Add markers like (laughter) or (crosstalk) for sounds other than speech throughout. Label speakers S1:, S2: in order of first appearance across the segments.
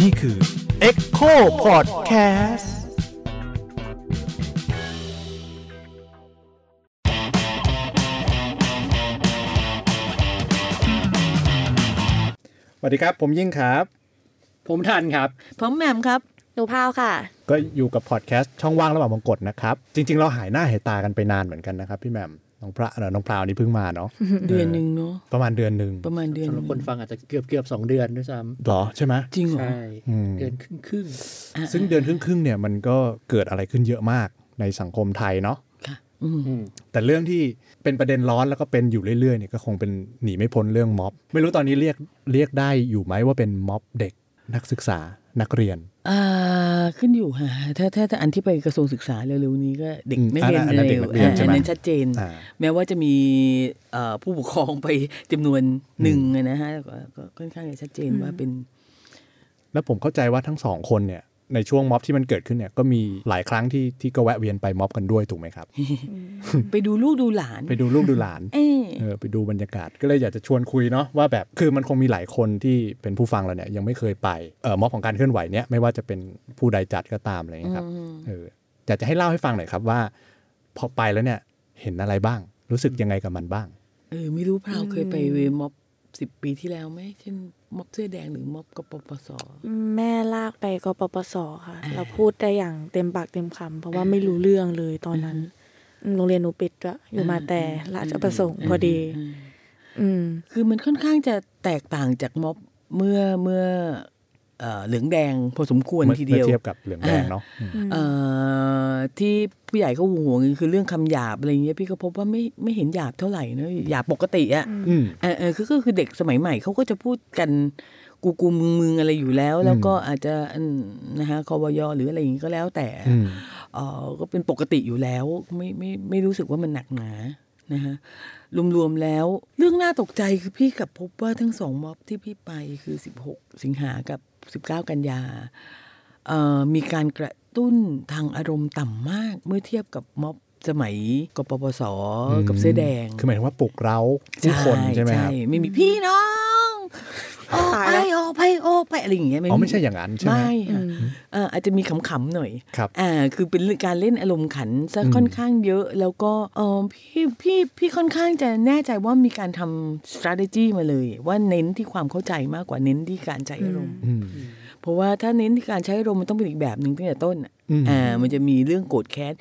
S1: นี่คือ Echo Podcast
S2: สวัสดีครับ ผมยิ่งครับ
S3: ผมทันครับ
S4: ผมแหม่มครับ
S5: หนูพาวค่ะ
S2: ก็อยู่กับพอดแคสต์ช่องว่างระหว่างมงกฎนะครับ จริง ๆ เราหายหน้าหายตากันไปนานเหมือนกันนะครับ พี่แหม่มน้องพระเอ่อน้องพราวนี่เพิ่งมาเนาะ
S6: เดือนหนึ่งเนาะ
S2: ประมาณเดือนหนึ่ง
S6: ประมาณเดือน
S3: สำ
S6: ห
S3: หรับ
S6: นึ่ง
S3: คนฟังอาจจะเกือบเกือบสองเดือนด้วยซ้
S2: เหรอใช่ไหม
S6: จริง
S3: ำ
S6: เหรอ
S3: ใช่
S2: อืม
S3: เดือนครึ่งครึ่ง
S2: ซึ่งเดือนครึ่งๆเนี่ยมันก็เกิดอะไรขึ้นเยอะมากในสังคมไทยเนาะ
S6: อืม
S3: ๆอืม
S2: แต่เรื่องที่เป็นประเด็นร้อนแล้วก็เป็นอยู่เรื่อยๆเนี่ยก็คงเป็นหนีไม่พ้นเรื่องม็อบ ไม่รู้ตอนนี้เรียกเรียกได้อยู่ไหมว่าเป็นม็อบเด็กนักศึกษานักเรียน
S6: อ่าขึ้นอยู่ค่ะถ้าถ้าถ้าอันที่ไปกระทรวงศึกษาเร็วๆนี้ก็เด็กนักเรียน
S2: อัอั
S6: เร็ว
S2: ด็กนักเรียน
S6: อ่า
S2: ใช่ไหม
S6: อันนั้นชัดเจน
S2: อ่า
S6: แม้ว่าจะมีเอ่อผู้ปกครองไปจำนวนหนึ่งอะนะฮะก็ก็ค่อนข้างจะชัดเจนว่าเป็น
S2: แล้วผมเข้าใจว่าทั้งสองคนเนี่ยในช่วงม็อบที่มันเกิดขึ้นเนี่ยก็มีหลายครั้งที่ที่ก็แวะเวียนไปม็อบกันด้วยถูกไหมครับ
S6: ไปดูลูกดูหลาน
S2: ไปดูลูกดูหลาน
S6: เอ้ย
S2: เออไปดูบรรยากาศก็เลยอยากจะชวนคุยเนาะว่าแบบคือมันคงมีหลายคนที่เป็นผู้ฟังเราเนี่ยยังไม่เคยไปเออม็อบของการเคลื่อนไหวเนี่ยไม่ว่าจะเป็นผู้ใดจัดก็ตามอะไรอย่างเงี้ยครับเอออยากจะให้เล่าให้ฟังหน่อยครับว่า พอไปแล้วเนี่ยเห็นอะไรบ้าง รู้สึกยังไงกับมันบ้าง
S6: เออไม่รู้พราวเคยไปเวม็อบสิบปีที่แล้วไหมเช่นม็อบเสื้อแดงหรือม็อบกปปส
S5: แม่ลากไปกปปสค่ะ
S6: อ่า
S5: เราพูดได้อย่างเต็มปากเต็มคำเพราะว่าไม่รู้เรื่องเลยตอนนั้นอืมโรงเรียนหนูปิดด้วยอยู่มาแต่ราชประสงค์พอดี อืม
S6: คือมันค่อนข้างจะแตกต่างจากม็อบเมื่อเมื่อเอ่อเหลืองแดงพอสมควร
S2: เมื่อ
S6: ทีเดียว
S2: เทียบกับเหลืองแดงเนาะอืม
S6: เอ่อที่ผู้ใหญ่เขาหวงหวงกันคือเรื่องคำหยาบอะไรอย่างเงี้ยพี่ก็พบว่าไม่ไม่เห็นหยาบเท่าไหร่นะหยาบปกติอะ
S2: อืม
S6: เออเออคือก็คือเด็กสมัยใหม่เขาก็จะพูดกันกูกูมึงมึงอะไรอยู่แล้ว แล้วก็อาจจะอืมนะฮะคอวยหรืออะไรอย่างงี้ก็แล้วแต่
S2: อืม
S6: เออก็เป็นปกติอยู่แล้วไม่ไม่ไม่รู้สึกว่ามันหนักหนานะฮะรวมๆแล้ว เรื่องน่าตกใจคือพี่กลับพบว่าทั้งสองม็อบที่พี่ไปคือ 16 สิงหากับ 19 กันยา เอ่อมีการกระตุ้นทางอารมณ์ต่ำมากเมื่อเทียบกับม็อบสมัยกปปสกับเสื้อแดง
S2: คือหมายถึงว่าปลุกเร้าผู้คนใช่ไหมครับ
S6: ไม่มีพี่น้องออก
S5: ตาย
S6: ไป
S5: แล้ว
S6: ออกไปออกไปอะไรอย่างเงี้ย
S2: อ๋อไม่ใช่อย่างนั้นใช่ไหม
S6: ไม่ค่ะเอ่ออาจจะมีขำๆหน่อย
S2: ครับ
S6: อ่าคือเป็นการเล่นอารมณ์ขันซะ
S2: อืม
S6: ค่อนข้างเยอะ แล้วก็เออพี่พี่พี่ค่อนข้างจะแน่ใจว่ามีการทำ strategy มาเลย ว่าเน้นที่ความเข้าใจมากกว่าเน้นที่การใช้อารมณ์
S2: อืม
S6: เพราะว่าถ้าเน้นที่การใช้อารมณ์มันต้องเป็นอีกแบบหนึ่งตั้งแต่ต้นอะ
S2: อืม
S6: อ่า มันจะมีเรื่องโกรธแค้น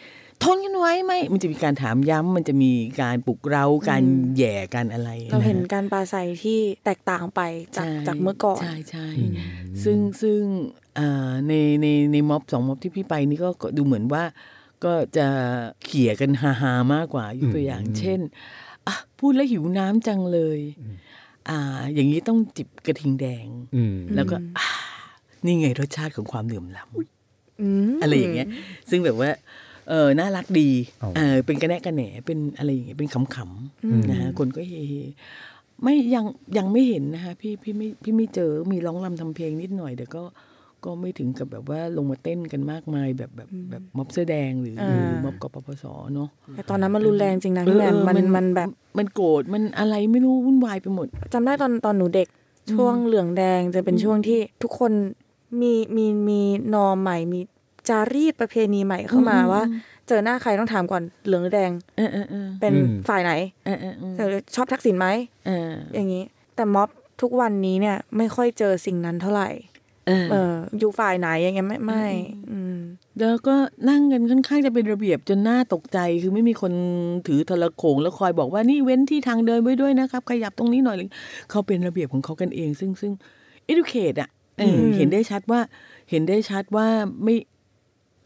S6: ทนกันไว้ไหมมันจะมีการถามย้ำมันจะมีการปลุกเราการแหย่กันอะไร
S5: เราเห็นะ
S6: ฮะ
S5: การปราศัยที่แตกต่างไปจาก
S6: ใช่
S5: จากเมื่อก่อน
S6: ใช่ใช่ซึ่งซึ่งอ่าในในในม็อบสองม็อบที่พี่ไปนี่ก็ก็ดูเหมือนว่า ก็จะเขี่ยกันฮาฮามากกว่ายกตัวอย่าง เช่นอ่ะพูดแล้วหิวน้ำจังเลย อ่า อย่างนี้ต้องจิบกระทิงแดง
S2: อืม
S6: แล้วก็อ่านี่ไงรสชาติของความเหลื่อมล้ำ
S5: อืม
S6: อะไรอย่างเงี้ย ซึ่งแบบว่า เออน่ารักดี
S2: เอา
S6: เออ เป็นกระแนะกระแหน เป็นอะไรอย่างเงี้ย เป็นขำๆนะฮะ คนก็เฮๆไม่ยังยังไม่เห็นนะคะพี่พี่ไม่พี่ไม่เจอ มีร้องรำทำเพลงนิดหน่อย แต่ก็ก็ไม่ถึงกับแบบว่าลงมาเต้นกันมากมายแบบแบบแบบม็อบเสื้อแดงหรืออา หรือม็อบกปปสเนาะ
S5: แต่ตอนนั้นมันรุนแรงจริงนะพี่แหม่ม
S6: เออ
S5: มันมันแบบ
S6: มันโกรธ มันอะไรไม่รู้วุ่นวายไปหมด
S5: จำได้ตอนตอนหนูเด็กช่วงเหลืองแดงจะเป็นช่วงที่ทุกคนมีมีมีนอมใหม่ มีจารีตประเพณีใหม่เข้ามาว่า เจอหน้าใครต้องถามก่อนเหลืองหรือแดง
S6: เออเออเออ
S5: เป็น
S2: อืม
S5: ฝ่ายไหน
S6: เออเออเออ
S5: ชอบทักษิณไหม
S6: เออ
S5: อย่างนี้ แต่ม็อบทุกวันนี้เนี่ย ไม่ค่อยเจอสิ่งนั้นเท่าไหร่
S6: เออ
S5: เออ อยู่ฝ่ายไหนอย่างเงี้ยไม่ไม่อืม
S6: แล้วก็นั่งกันค่อนข้างจะเป็นระเบียบจนน่าตกใจ คือไม่มีคนถือโทรโขงแล้วคอยบอกว่านี่เว้นที่ทางเดินไว้ด้วยนะครับ ขยับตรงนี้หน่อยเลยเขาเป็นระเบียบของเขากันเอง ซึ่งซึ่ง educate อ่ะเออ
S5: อืม
S6: เห็นได้ชัดว่า เห็นได้ชัดว่าไม่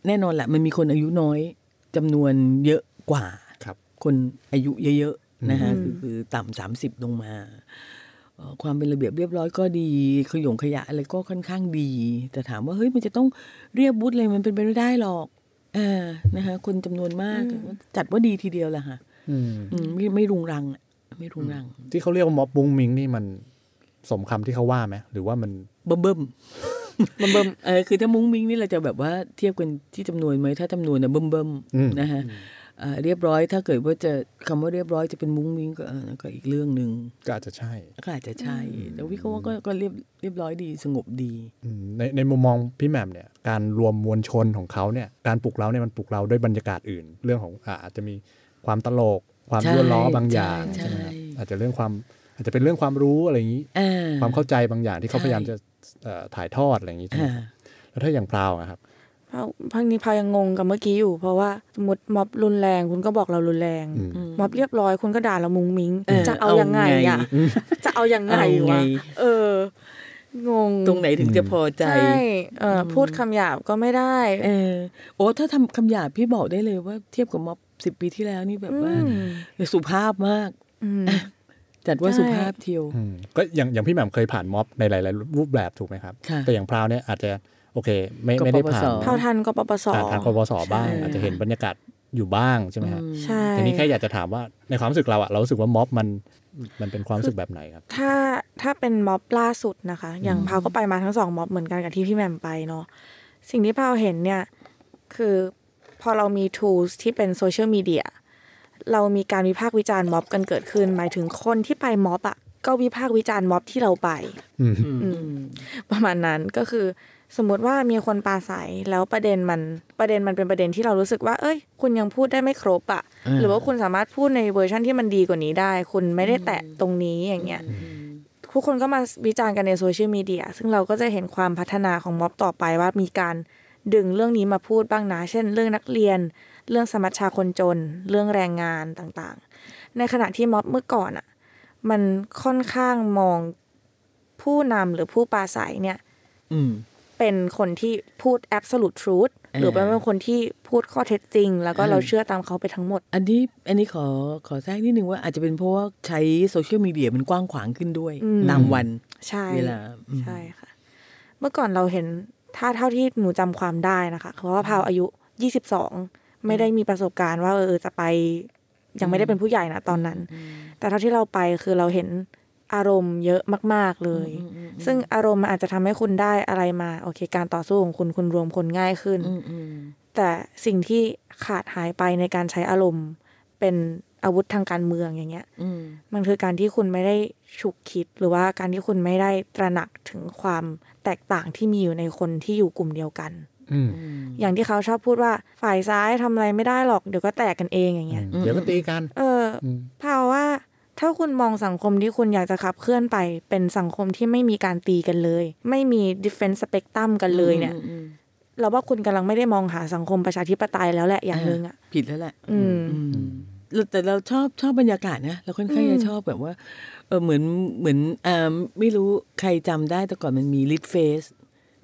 S6: แน่นอนแหละ มันมีคนอายุน้อยจำนวนเยอะกว่า
S2: ครับ
S6: คนอายุเยอะๆนะฮะคือคือต่ำสามสิบลงมาเอ่อความเป็นระเบียบเรียบร้อยก็ดี ขยงขยะอะไรก็ค่อนข้างดี แต่ถามว่าเฮ้ยมันจะต้องเรียบบุตรเลยมันเป็นไปไม่ได้หรอกเออนะคะคนจำนวนมากจัดว่าดีทีเดียวแหละค่ะ
S2: อืม
S6: อืมไม่ไม่รุงรังอะไม่รุงรัง
S2: ที่เขาเรียกว่าม็อบบุ้งมิงนี่มันสมคำที่เขาว่าไหมหรือว่ามัน
S6: เบิ่มเบิ่ม
S5: เบิ่มเบิ่ม
S6: ๆเออคือถ้ามุ้งมิ้งนี่เราจะแบบว่าเทียบกันที่จำนวนไหมถ้าจำนวนนะเบิ่มเบิ่มๆ
S2: อืม
S6: นะฮะ เอ่อเรียบร้อยถ้าเกิดว่าจะคำว่าเรียบร้อยจะเป็นมุ้งมิ้งก็เออก็อีกเรื่องหนึ่ง
S2: ก็อาจจะใช่
S6: ก็อาจจะใช่แต่วิเคราะห์ว่าก็ก็เรียบเรียบร้อยดีสงบดี
S2: อืมในในมุมมองพี่แหม่มเนี่ยการรวมมวลชนของเขาเนี่ยการปลุกเราเนี่ยมันปลุกเราด้วยบรรยากาศอื่น เรื่องของอ่าอาจจะมีความตลก ความ
S6: ใช่
S2: ยั่วล้อบางอย่าง
S6: ใช่
S2: ใช่ไหมครับ
S6: ใช่
S2: อาจจะเรื่องความอาจจะเป็นเรื่องความรู้อะไรอย่างนี้
S6: อ่
S2: ความเข้าใจบางอย่างที่เขา
S6: ใช่
S2: พยายามจะเอ่อถ่ายทอดอะไรอย่างนี้ใช่ไหม
S6: อ่า
S2: แล้วถ้าอย่างพราวอะครับ
S5: เพราะพังนี้พายังงงกับเมื่อกี้อยู่ เพราะว่าสมมติม็อบรุนแรงคุณก็บอกเรารุนแรง
S2: อืม
S5: ม็อบเรียบร้อยคุณก็ด่าเรามุงมิง
S6: เออ
S5: จะเอายังไงอ่ะ จะเอายังไง
S6: เอาไง
S5: วะเอองง
S6: ตรงไหนถึงจะพอใจ
S5: ใช่เอออพูดคำหยาบก็ไม่ได้
S6: เออโอ้ถ้าทำคำหยาบพี่บอกได้เลยว่าเทียบกับม็อบสิบปีที่แล้วนี่แบบว่า
S5: อืม
S6: สุภาพมาก
S5: อืม
S6: จัดว่า
S5: ใช่
S6: สุภาพเทียว
S2: อืมก็อย่างอย่างพี่แหม่มเคยผ่านม็อบในหลาย ๆ รูปแบบถูกไหมครับ
S6: ค่ะ
S2: แต่อย่างพราวเนี่ยอาจจะโอเคไม่
S6: กปปส
S2: ไม่ได้ผ่าน
S5: เท่าทันกปปส
S2: ผ่านทางกบสบ้าง
S5: ใช่
S2: อาจจะเห็นบรรยากาศอยู่บ้างใช่ไหมครับ
S5: ใช่
S2: ทีนี้แค่อยากจะถามว่าในความรู้สึกเราอะเรารู้สึกว่าม็อบมันมันเป็นความรู้สึกแบบไหนครับ
S5: ถ้าถ้าเป็นม็อบล่าสุดนะคะ อย่างพาวก็ไปมาทั้งสองม็อบเหมือนกันกับที่พี่แหม่มไปเนาะสิ่งที่พาวเห็นเนี่ยคือพอเรามี tools ที่เป็นโซเชียลมีเดียเรามีการวิพากษ์วิจารณ์ม็อบกันเกิดขึ้น หมายถึงคนที่ไปม็อบอะ่ะก็วิพากษ์วิจารณ์ม็อบที่เราไป
S2: อืม
S5: ประมาณนั้นก็คือสมมติว่ามีคนปาใสแล้วประเด็นมันประเด็นมันเป็นประเด็นที่เรารู้สึกว่า เอ้ย คุณยังพูดได้ไม่ครบอะ่ะ
S6: อ่า
S5: หรือว่าคุณสามารถพูดในเวอร์ชันที่มันดีกว่านี้ได้ คุณไม่ได้แตะตรงนี้อย่างเงี้ยทุกคนก็มาวิจารณ์กันในโซเชียลมีเดียซึ่งเราก็จะเห็นความพัฒนาของม็อบต่อไปว่ามีการดึงเรื่องนี้มาพูดบ้างนะ เช่น เรื่องนักเรียน เรื่องสมัชชาคนจน เรื่องแรงงานต่างๆ ในขณะที่ม็อบเมื่อก่อนอ่ะ มันค่อนข้างมองผู้นำหรือผู้ปราศัยเนี่ย
S6: อืม
S5: เป็นคนที่พูด absolute truth หรือเป็นคนที่พูดข้อเท็จจริง แล้วก็
S6: เออ
S5: เราเชื่อตามเขาไปทั้งหมด
S6: อันนี้อันนี้ขอขอแทรกนิดนึงว่าอาจจะเป็นเพราะว่าใช้โซเชียลมีเดียมันกว้างขวางขึ้นด้วย
S5: อืม
S6: ตามวัน
S5: ใช่
S6: เวลาอืม
S5: ใช่ค่ะ เมื่อก่อนเราเห็นถ้าเท่าที่หนูจำความได้นะคะเพราะว่าพาวอายุ 22 ไม่ได้มีประสบการณ์ว่าเออจะไปยังไม่ได้เป็นผู้ใหญ่นะตอนนั้น แต่เท่าที่เราไปคือเราเห็นอารมณ์เยอะมาก ๆเลย ซึ่งอารมณ์มันอาจจะทำให้คุณได้อะไรมาโอเคการต่อสู้ของคุณคุณรวมคนง่ายขึ้น
S6: อืมอืม
S5: แต่สิ่งที่ขาดหายไปในการใช้อารมณ์เป็นอาวุธทางการเมืองอย่างเงี้ย
S6: อืม
S5: มันคือการที่คุณไม่ได้ฉุกคิด หรือว่าการที่คุณไม่ได้ตระหนักถึงความแตกต่างที่มีอยู่ในคนที่อยู่กลุ่มเดียวกัน
S2: อืม
S6: อืม
S5: อย่างที่เขาชอบพูดว่าฝ่ายซ้ายทำอะไรไม่ได้หรอกเดี๋ยวก็แตกกันเองอย่างเงี้ย
S2: เดี๋ยวก็ตีกัน
S5: เออ
S2: อืม
S5: พาว่าถ้าคุณมองสังคมที่คุณอยากจะขับเคลื่อนไป เป็นสังคมที่ไม่มีการตีกันเลย ไม่มี defense spectrum กันเลยเนี่ย
S6: อืมอืม
S5: เราว่าคุณกำลังไม่ได้มองหาสังคมประชาธิปไตยแล้วแหละอย่างหนึ่งอ่ะ
S6: ผิดแล้วแหละ
S5: อืม
S6: อืมแล้วแต่เราชอบชอบบรรยากาศนะเราค่อนข้าง
S5: อืม
S6: จะชอบแบบว่าเออเหมือนเหมือนอ่าไม่รู้ใครจำได้แต่ก่อนมันมีลิทเฟส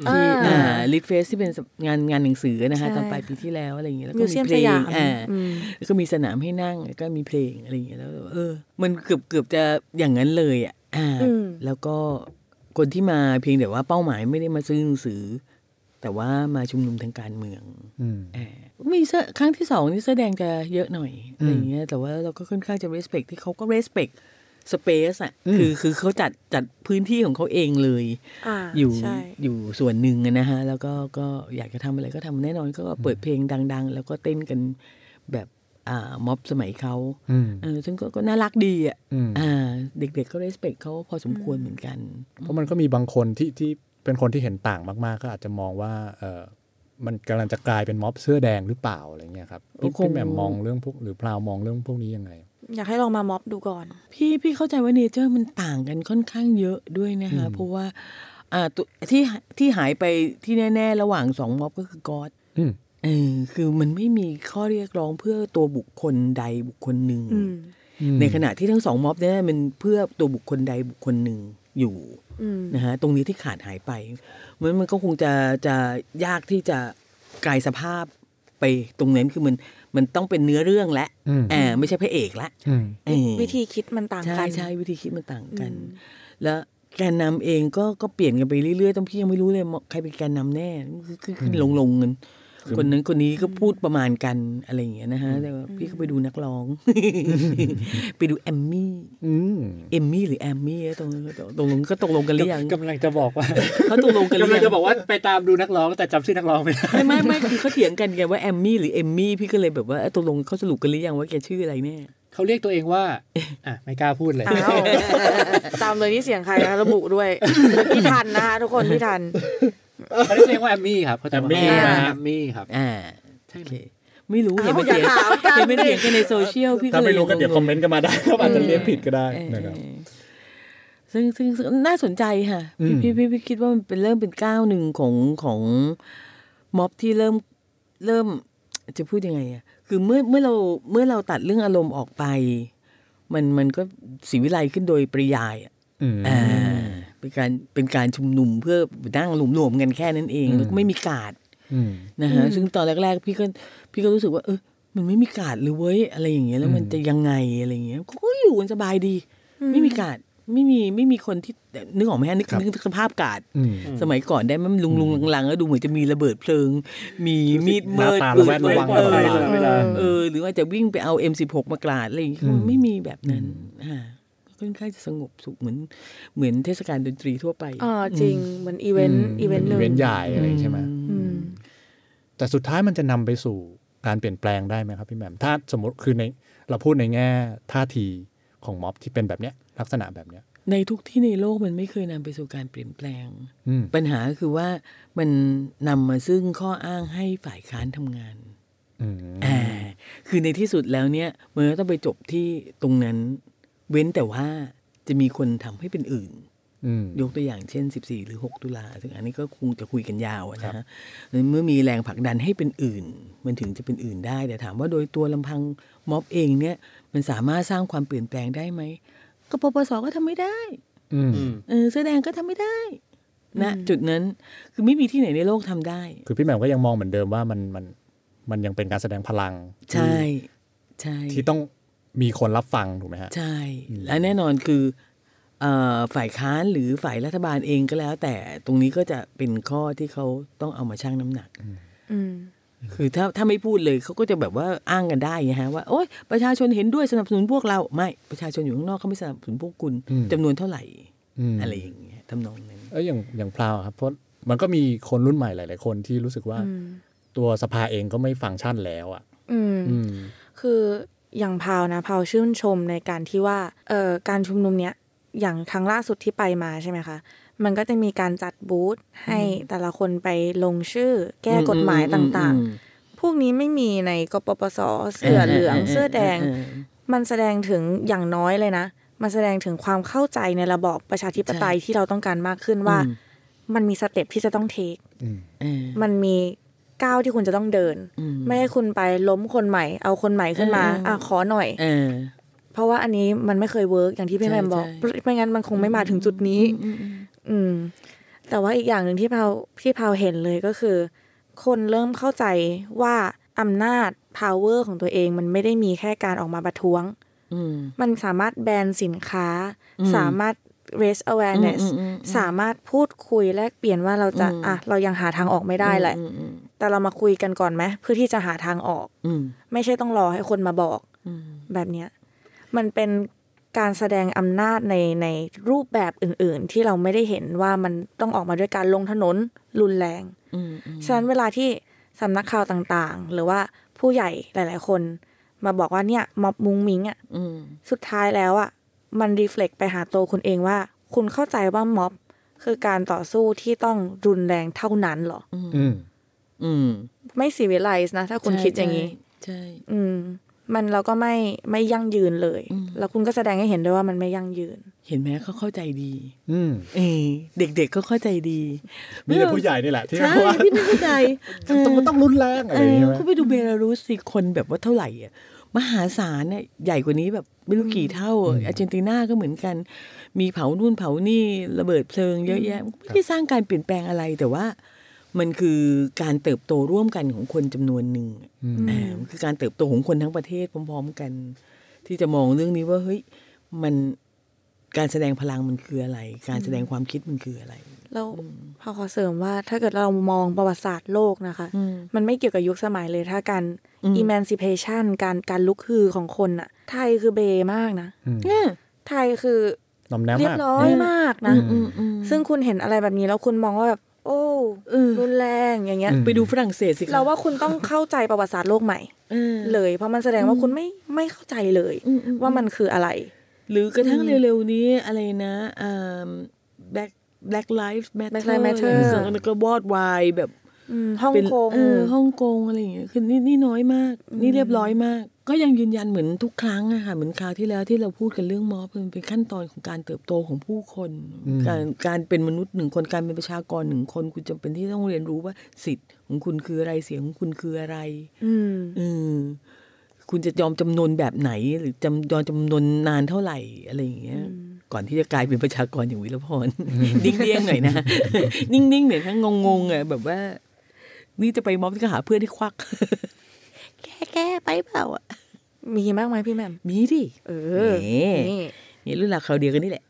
S6: ที่
S5: อ่า
S6: อ่าลิทเฟสที่เป็นงานงานหนังสือนะคะ
S5: ใช่
S6: ตอนปลายปีที่แล้วอะไรอย่างเงี้ยแล้วก็
S5: มิว
S6: มี
S5: เซียม
S6: เพล
S5: ส
S6: ง
S5: ยาม
S6: อ่า
S5: อืม
S6: แล้วก็มีสนามให้นั่งแล้วก็มีเพลงอะไรอย่างเงี้ยแล้วแบบเออ มันเกือบเกือบจะอย่างนั้นเลยอ่ะอ่า
S5: อืม
S6: แล้วก็คนที่มาเพียงแต่ว่าเป้าหมายไม่ได้มาซื้อหนังสือ แต่ว่ามาชุมนุมทางการเมือง
S2: อืม
S6: อ่ามีเสื้อครั้งที่สองนี่เสื้อแดงจะเยอะหน่อยอะไรอย่างเงี้ยแต่ว่าเราก็ค่อนข้างจะ respect ที่เขาก็ respect space อ่ะ
S2: อืม
S6: คือคือเขาจัดจัดพื้นที่ของเขาเองเลย
S5: อ่า
S6: อยู่
S5: ใช่
S6: อยู่ส่วนหนึ่งอะนะฮะ แล้วก็ก็อยากจะทำอะไรก็ทำแน่นอนก็เปิดเพลงดัง ๆ แล้วก็เต้นกันแบบอ่าม็อบสมัยเขา
S2: อืม
S6: เออซึ่งก็ก็น่ารักดีอ่ะ
S2: อืม
S6: อ่า เด็กๆก็ respect เขาพอสมควรเหมือนกัน
S2: เพราะมันก็มีบางคนที่ที่เป็นคนที่เห็นต่างมาก ๆ ก็อาจจะมองว่าเออมันกำลังจะกลายเป็นม็อบเสื้อแดงหรือเปล่าอะไรเงี้ยครับพี่
S6: ก็คง
S2: พี่แหม่มมองเรื่องพวกหรือพราวมองเรื่องพวกนี้ยังไง
S5: อยากให้ลองมาม็อบดูก่อน
S6: พี่พี่เข้าใจว่าเนเจอร์มันต่างกันค่อนข้างเยอะด้วยนะคะ
S2: อืม
S6: เพราะว่าอ่าตัวที่ที่หายไปที่แน่ ๆ ระหว่างสองม็อบก็คือกอด
S2: อืม
S6: เออคือมันไม่มีข้อเรียกร้องเพื่อตัวบุคคลใดบุคคลหนึ่ง
S5: อืม
S2: อืม
S6: ในขณะที่ทั้งสองม็อบเนี่ยมันเพื่อตัวบุคคลใดบุคคลหนึ่งอยู่
S5: อืม
S6: นะฮะตรงนี้ที่ขาดหายไปมันมันก็คงจะจะยากที่จะกลายสภาพไปตรงนั้นคือมันมันต้องเป็นเนื้อเรื่องและ
S2: อืม
S6: แออไม่ใช่พระเอกละ
S2: อืม
S6: เออ
S5: วิธีคิดมันต่าง
S6: ใช่
S5: กัน
S6: ใช่วิธีคิดมันต่างกัน
S5: อืม
S6: แล้วแกนนำเองก็ก็เปลี่ยนกันไปเรื่อยๆต้องพี่ยังไม่รู้เลยใครเป็นแกนนำแน่คือคือคือหลงๆกัน
S2: คือ
S6: คนนั้นคนนี้ก็พูดประมาณกันอะไรอย่างเงี้ยนะฮะแต่ว่าพี่ก็ไปดูนักร้อง (laughs) ไปดูแอมมี่
S2: อืม
S6: เอมมี่หรือแอมมี่ตรงตรงลงก็ตกลงกันหรือยัง
S3: กำลังจะบอกว่า
S6: เขาตกลงกันหรื
S3: กำ
S6: อ
S3: ลั
S6: ยัง ง
S3: จะบอกว่าไปตามดูนักร้องแต่จำชื่อนักร้องไม่ได้
S6: ไม่ไม่ไม่คือเขาเถียงกันไงว่าแอมมี่หรือเอมมี่พี่ก็เลยแบบว่าเอ้ยตกลงเขาสรุปกันหรือยังว่าแกชื่ออะไรแน่
S3: เขาเรียกตัวเองว่าอ่ะไม่กล้าพูดเลย
S6: (laughs)
S5: อ้าวจำเลยนี่เสียงใครนะระบุด้วยพี่ทันนะคะทุกคนพี่ทัน
S3: เขาเรียกตัวเองว่าแอมมี่ครับเขาจะบกว่า
S6: แอมมี่
S3: แอมมี่ครับ
S6: อ่า
S3: ใช่
S6: โอ
S3: ไหม
S6: เคไม่รู้เห็น
S5: อ้าว
S6: มันเถียง
S5: อย่าถามกัน
S6: เห็นมันเถียงกันในโซเชียลพี่ก็
S2: ถ้า
S6: เลย
S2: ไม่รู้ก็เดี๋ยว
S6: งงๆ
S2: คอมเมนต์กันมาได้ (laughs) ก็อาจจะเรียกผิดก็ได้
S6: เออ
S2: นะครับ
S6: ซึ่งซึ่งซึ่งน่าสนใจค่ะพี่
S2: อืม
S6: พี่พี่พี่คิดว่ามันเป็นเริ่มเป็นก้าวหนึ่งของของม็อบที่เริ่มเริ่มจะพูดยังไงอะคือเมื่อเมื่อเราเมื่อเราตัดเรื่องอารมณ์ออกไป มันมันก็สีวิไลขึ้นโดยปริยายอะ
S2: อืม
S6: อ่าเป็นการเป็นการชุมนุมเพื่อนั่งรวมๆกันแค่นั้นเอง
S2: อืม
S6: แล้วก็ไม่มีการ์ด
S2: อืม
S6: นะฮะ
S5: อืม
S6: ซึ่งตอนแรก ๆ พี่ก็พี่ก็รู้สึกว่า เออมันไม่มีการ์ดเลยเว้ยอะไรอย่างเงี้ยแล้วมัน
S2: อืม
S6: จะยังไงอะไรอย่างเงี้ยก็อยู่กันสบายดี ไม่มีการ์ดไม่มีไม่มีคนที่นึกออกไหมฮะนึกนึกสภาพการ์ด
S2: อืม
S6: สมัยก่อนได้มันลุงลุงลังๆแล้วดูเหมือนจะมีระเบิดเพลิง มีมีด
S2: หน้า
S6: เมิด
S2: ตา
S6: ปืน
S2: ระแวดระวัง
S6: เออ
S3: ตลอดเวลา
S6: เออ หรือว่าจะวิ่งไปเอา M16 มากราดอะไรอย่างเงี้ย
S2: อืม
S6: ไม่มีแบบนั้นอ่าค่อนข้างจะสงบสุขเหมือนเหมือนเทศกาลดนตรีทั่วไป
S5: เออจริงเหมือนอีเวนต์อีเวนต์หนึ่ง
S2: อีเวนต์ใหญ่อะไรใช่ไหม
S5: อืม
S2: แต่สุดท้ายมันจะนำไปสู่การเปลี่ยนแปลงได้ไหมครับพี่แหม่มถ้าสมมติคือในเราพูดในแง่ท่าทีของม็อบที่เป็นแบบเนี้ยลักษณะแบบเนี้ย
S6: ในทุกที่ในโลกมันไม่เคยนำไปสู่การเปลี่ยนแปลง
S2: อืม
S6: ปัญหาคือว่ามันนำมาซึ่งข้ออ้างให้ฝ่ายค้านทำงาน
S2: อืม
S6: อ่าคือในที่สุดแล้วเนี่ยมันก็ต้องไปจบที่ตรงนั้น เว้นแต่ว่าจะมีคนทำให้เป็นอื่น
S2: อืม
S6: ยกตัวอย่างเช่น 14 หรือ 6 ตุลาซึ่งอันนี้ก็คงจะคุยกันยาวอะนะฮะเมื่อมีแรงผลักดันให้เป็นอื่น มันถึงจะเป็นอื่นได้ แต่ถามว่าโดยตัวลำพังม็อบเองเนี่ยมันสามารถสร้างความเปลี่ยนแปลงได้ไหมก็ปปสก็ทำไม่ได้
S2: อืม
S3: อืม
S6: เออเสื้อแดงก็ทำไม่ได้นะ
S5: อืม
S6: จุดนั้นคือไม่มีที่ไหนในโลกทำได้
S2: คือพี่แหม่มก็ยังมองเหมือนเดิมว่ามันมันมันยังเป็นการแสดงพลัง
S6: ใช่ ใช่
S2: ที่ที่ต้องมีคนรับฟังถูกไหมฮะ
S6: ใช่ และแน่นอนคือเอ่อฝ่ายค้านหรือฝ่ายรัฐบาลเองก็แล้ว แต่ตรงนี้ก็จะเป็นข้อที่เขาต้องเอามาชั่งน้ำหนัก
S5: อืม
S6: คือถ้าถ้าไม่พูดเลยเขาก็จะแบบว่าอ้างกันได้ไงฮะว่าโอ๊ยประชาชนเห็นด้วยสนับสนุนพวกเราไม่ประชาชนอยู่ข้างนอกเขาไม่สนับสนุนพวกคุณ
S2: อืม
S6: จำนวนเท่าไหร่
S2: ม
S6: อะไรอย่างเงี้ยทำนองนั้น
S2: เอ้ยอย่างอย่างพราวอะครับเพราะมันก็มีคนรุ่นใหม่หลาย ๆ คนที่รู้สึกว่า
S5: อืม
S2: ตัวสภาเองก็ไม่ฟังก์ชันแล้วอ่ะ
S5: อืม
S2: อืม
S5: คืออย่างพาวนะพาวชื่นชมในการที่ว่าเอ่อการชุมนุมเนี้ยอย่างครั้งล่าสุดที่ไปมาใช่ไหมคะมันก็จะมีการจัดบูธให้แต่ละคนไปลงชื่อ แก้กฎหมายต่างๆ พวกนี้ไม่มีในกปปสเสื้อเหลืองเสื้อแดง มันแสดงถึงอย่างน้อยเลยนะ มันแสดงถึงความเข้าใจในระบอบประชาธิปไตย
S6: ใช่
S5: ที่เราต้องการมากขึ้นว่า มันมีสเต็ปที่จะต้องเทค
S2: อืม
S5: มันมีก้าวที่คุณจะต้องเดิน ไม่ให้คุณไปล้มคนใหม่ เอาคนใหม่ขึ้นมา
S6: เอออ่
S5: อ่ะขอหน่อย
S6: เออ
S5: เพราะว่าอันนี้มันไม่เคยเวิร์กอย่างที่พี่
S6: ใช่
S5: แมมบอก
S6: ใช่
S5: ไม่งั้นมันคงไม่มาถึงจุดนี้ อืม แต่ว่าอีกอย่างหนึ่งที่พาวที่พาวเห็นเลยก็คือ คนเริ่มเข้าใจว่าอำนาจ power ของตัวเองมันไม่ได้มีแค่การออกมาประท้วง
S6: อืม
S5: มันสามารถแบนสินค้า
S6: อืม
S5: สามารถ raise awareness
S6: อืมอืมอืมอืม
S5: สามารถพูดคุยแลกเปลี่ยนว่าเราจะ
S6: อืม
S5: อ่ะเรายังหาทางออกไม่ได้แหละ
S6: อืมอืม
S5: แต่เรามาคุยกันก่อนไหมเพื่อที่จะหาทางออก
S6: อืม
S5: ไม่ใช่ต้องรอให้คนมาบอก
S6: อืม
S5: แบบเนี้ยมันเป็นการแสดงอำนาจในในรูปแบบอื่น ๆ ที่เราไม่ได้เห็นว่ามันต้องออกมาด้วยการลงถนนรุนแรง
S6: อืมอืม
S5: ฉะนั้นเวลาที่สำนักข่าวต่างๆ หรือว่าผู้ใหญ่หลาย ๆ คน มาบอกว่าเนี่ยม็อบมุงมิงอ่ะ
S6: อืม
S5: สุดท้ายแล้วอ่ะมันรีเฟล็กไปหาตัวคุณเองว่า คุณเข้าใจว่าม็อบคือการต่อสู้ที่ต้องรุนแรงเท่านั้นเหรอ
S2: อืม
S6: อืม
S5: ไม่ซีวิไลซ์นะ ถ้าคุณคิดอย่างนี้
S6: ใช่
S5: อืม มันเราก็ไม่ไม่ยั่งยืนเลย
S6: อืม
S5: แล้วคุณก็แสดงให้เห็นด้วยว่ามันไม่ยั่งยืน
S6: เห็นไหมเขาเข้าใจดี
S2: อืม
S6: เออเด็กๆก็เข้าใจดี
S2: มีแต่ผู้ใหญ่นี่แหละที่
S6: ใช่
S2: ว่า
S6: ที่ไม่เข้าใจเออ
S2: ต้องมันต้องรุนแรงอะไร
S6: เอ
S2: อย่าง
S6: อ
S2: เงี้ยใช่ไหม
S6: คุณไปดูเบลารุสสิคนแบบว่าเท่าไหร่อ่ะมหาศาลน่ะใหญ่กว่านี้แบบไม่รู้กี่เท่าอะอาร์เจนตินาก็เหมือนกัน มีเผานู่นเผานี่ระเบิดเพลิงเยอะแยะไม่ได้สร้างการเปลี่ยนแปลงอะไรแต่ว่า มันคือการเติบโตร่วมกันของคนจำนวนหนึ่ง
S2: อืม
S6: อ่ามันคือการเติบโตของคนทั้งประเทศพร้อม ๆ กัน ที่จะมองเรื่องนี้ว่าเฮ้ยมันการแสดงพลังมันคืออะไร การแสดงความคิดมันคืออะไร
S5: แล้วพอขอเสริมว่าถ้าเกิดเรามองประวัติศาสตร์โลกนะคะ
S6: อืม
S5: มันไม่เกี่ยวกับยุคสมัยเลยถ้าการ
S6: อืม
S5: emancipation การการลุกฮือของคนอะไทยคือเบมากนะ
S6: เนี่ย
S5: ไทยคือ
S2: หน้อมแนม
S5: เรีย
S2: มา
S5: บ
S2: ก
S5: ร้อยมากนะ
S2: อืม
S5: ซึ่งคุณเห็นอะไรแบบนี้แล้วคุณมองว่าแบบ โอ้
S6: เออ
S5: รุนแรงอย่างเงี้ย
S2: อืม
S6: ไปดูฝรั่งเศสสิคะ
S5: เราว่าคุณต้องเข้าใจประวัติศาสตร์โลกใหม่
S6: เออ
S5: เลย เพราะมันแสดงว่าคุณไม่ไม่เข้าใจเลย
S6: อืมอืม
S5: ว่ามันคืออะไร
S6: หรือกระทั่งเร็วๆนี้อะไรนะแบล็ก Black Lives Matter
S5: Black Lives Matter
S6: อะไรอย่างเงี้ยแล้วก็วอดวายแบบ
S5: อืมฮ่อง
S6: เป็น
S5: กง
S6: เออฮ่องกงอะไรอย่างเงี้ยคือนี่นี่น้อยมาก นี่เรียบร้อยมาก ก็ยังยืนยันเหมือนทุกครั้งอะค่ะเหมือนคราวที่แล้วที่เราพูดกันเรื่องม็อบมันเป็นขั้นตอนของการเติบโตของผู้คน การการเป็นมนุษย์หนึ่งคนการเป็นประชากรหนึ่งคน คุณจำเป็นที่ต้องเรียนรู้ว่าสิทธิ์ของคุณคืออะไรเสียงของคุณคืออะไร
S5: อืม
S6: เออคุณจะยอมจำนนแบบไหน หรือจำยอมจำนนนานเท่าไหร่อะไรอย่างเงี้ย ก่อนที่จะกลายเป็นประชากรอย่างวิรพ (laughs) ร นิ่งๆหน่อยนะ นิ่งๆหน่อยนะงงๆอ่ะแบบว่า นี่จะไปม็อบก็หาเพื่อนที่ควัก แก้แก้ไปเปล่าอ่ะ
S5: มีมากไหมพี่แหมม
S6: มีดิ
S5: เออ
S6: เน่
S5: นี่
S6: นี่รุ่นราวคราวเดียวกันนี่แหละ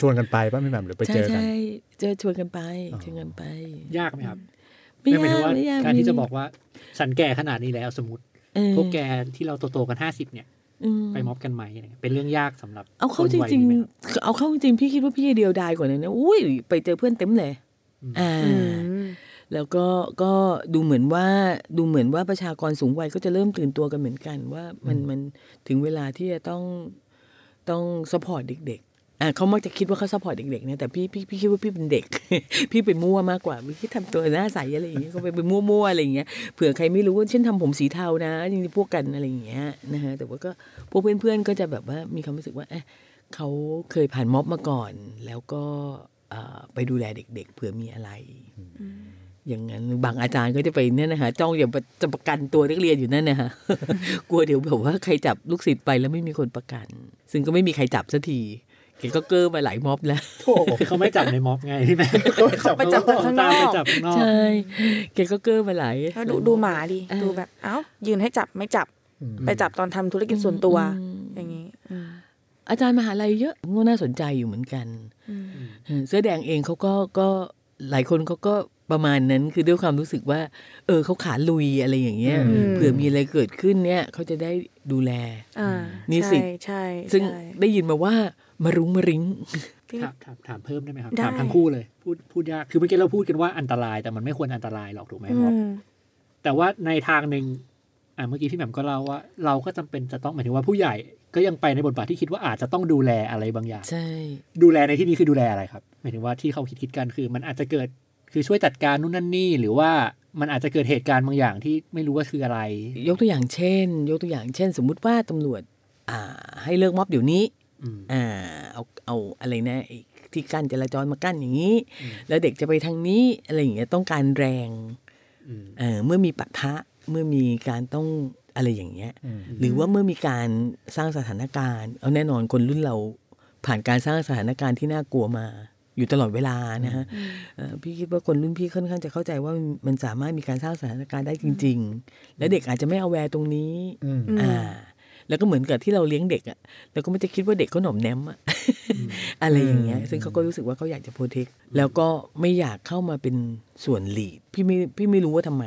S2: ชวนกันไปป่ะพี่แหม่มหรือไป
S6: ใช่
S2: เจอกัน
S6: ใช่เจะชวนกันไปชวนกันไป
S3: ยากไหมครับ
S6: ไม่
S3: หมาย
S6: ยาก
S3: ถึงว่า
S6: ไม่ยาก
S3: การที่จะบอกว่าฉันแก่ขนาดนี้แล้วสมมติ
S6: เออ
S3: พวกแกที่เราโตๆกันห้าสิบเนี่ย
S6: อืม
S3: ไปม็อบกันไหมอะไรเงี้ยเป็นเรื่องยากสำหรับ
S6: เอาเข้า
S3: คน
S6: จ
S3: วัย
S6: ริง
S3: นี้ไหมคบ
S6: ๆ เอาเข้าจริงๆ พี่คิดว่าพี่เดียวดายกว่านั้นนะ อุ้ยไปเจอเพื่อนเต็มเลย อ่า
S5: อืม
S6: แล้วก็ก็ดูเหมือนว่าดูเหมือนว่าประชากรสูงวัยก็จะเริ่มตื่นตัวกันเหมือนกัน ว่ามันมันถึงเวลาที่จะต้องต้องสปอร์ตเด็กๆอ่าเขามักจะคิดว่าเขาสปอร์ตเด็กๆนะแต่พี่พี่พี่คิดว่าพี่เป็นเด็ก (laughs) พี่ไปมั่วมากกว่าพี่ทำตัวหน้าใสอะไรอย่างเงี้ยเขาไปไปมั่วๆอะไรอย่างเงี้ยเผื่อใครไม่รู้ว่าเช่นทำผมสีเทานะจริงๆพวกกันอะไรอย่างเงี้ยนะฮะแต่ว่าก็พวกเพื่อนๆก็จะแบบว่ามีความรู้สึกว่าเอ๊ะเขาเคยผ่านม็อบมาก่อน แล้วก็เอ่อไปดูแลเด็ก ๆ เผื่อมีอะไร อย่างนั้นบางอาจารย์ก็จะไปเนี่ยนะคะจ้องอย่าจะประกันตัวนักเรียนอยู่นั่นนะคะ (laughs) กลัวเดี๋ยวแบบว่าใครจับลูกศิษย์ไปแล้วไม่มีคนประกัน ซึ่งก็ไม่มีใครจับสักทีแกก็เกอร์มาหลายม็อบแล้ว
S3: คือเขาไม่จับในม็อบไงพี่แม่เขา
S5: ไปจับจากข้างนอก
S3: ตมไปจับข้างนอก
S6: ใช่ (laughs) แกก็เกอร์มาหลาย
S5: แล้วดูดูหมาดิ
S6: เออ
S5: ดูแบบเอ้ายืนให้จับไม่จับ ไปจับตอนทำธุรกิจส่วนตัว อย่างนี้อืม
S6: อาจารย์มหาลัยเยอะก็น่าสนใจอยู่เหมือนกัน
S5: อืม
S6: เออเสื้อแดงเองเขาก็ก็หลายคนเขาก็ประมาณนั้นคือด้วยความรู้สึกว่า เออเขาขาลุยอะไรอย่างเงี้ย
S5: อืม
S6: เผื่อมีอะไรเกิดขึ้นเนี่ยเขาจะได้ดูแล
S5: อ่า
S6: นิ
S5: นี่
S6: สิต
S5: ใช่
S6: ซึ่ง
S5: ใช่
S6: ได้ยินมาว่ามารุ้งมาริ้ง
S5: พี่
S3: ถามถามถามเพิ่มได้ไหมครับ
S5: ได้
S3: ถามทั้งคู่เลยพูดพูดยากคือเมื่อกี้เราพูดกันว่าอันตรายแต่มันไม่ควรอันตรายหรอกถูกไหม
S5: อื
S3: ม็อบ
S5: ม
S3: แต่ว่าในทางหนึ่งอ่าเมื่อกี้พี่แหม่มก็เล่าว่า เราก็จำเป็นจะต้องหมายถึงว่าผู้ใหญ่ก็ยังไปในบทบาทที่คิดว่าอาจจะต้องดูแลอะไรบางอย่าง
S6: ใช่
S3: ดูแลในที่นี้คือดูแลอะไรครับหมายถึงว่าที่เขาคิดคิดกันคือ มันอาจจะเกิดคือช่วยจัดการนู่นนั่นนี่ หรือว่ามันอาจจะเกิดเหตุการณ์บางอย่างที่ไม่รู้ว่าคืออะไร
S6: ยกตัวอย่างเช่น ยกตัวอย่างเช่น สมมุติว่าตำรวจ อ่า ให้เลิกม็อบเดี๋ยวนี้
S3: อืม
S6: อ่า เอาเอาอะไรนะไอ้ที่กั้นจราจรมากั้นอย่างนี้ แล้วเด็กจะไปทางนี้อะไรอย่างเงี้ยต้องการแรง
S3: อืม
S6: เออเมื่อมีปะทะเมื่อมีการต้องอะไรอย่างเงี้ย หรือว่าเมื่อมีการสร้างสถานการณ์ เอาแน่นอนคนรุ่นเราผ่านการสร้างสถานการณ์ที่น่ากลัวมา อยู่ตลอดเวลานะฮะเอ่อพี่คิดว่าคนรุ่นพี่ค่อนข้างจะเข้าใจว่ามันมันสามารถมีการสร้างสถานการณ์ได้จริง ๆ และเด็กอาจจะไม่เอาแวร์ตรงนี้ อ่า แล้วก็เหมือนกับที่เราเลี้ยงเด็กอะ่ะเราก็ไม่จะคิดว่าเด็กเขาหน่อมแนมอะ อะไรอย่างเงี้ย ซึ่งเขาก็รู้สึกว่าเขาอยากจะโปรเทค แล้วก็ไม่อยากเข้ามาเป็นส่วนหลีด พี่ไม่พี่ไม่รู้ว่าทำไม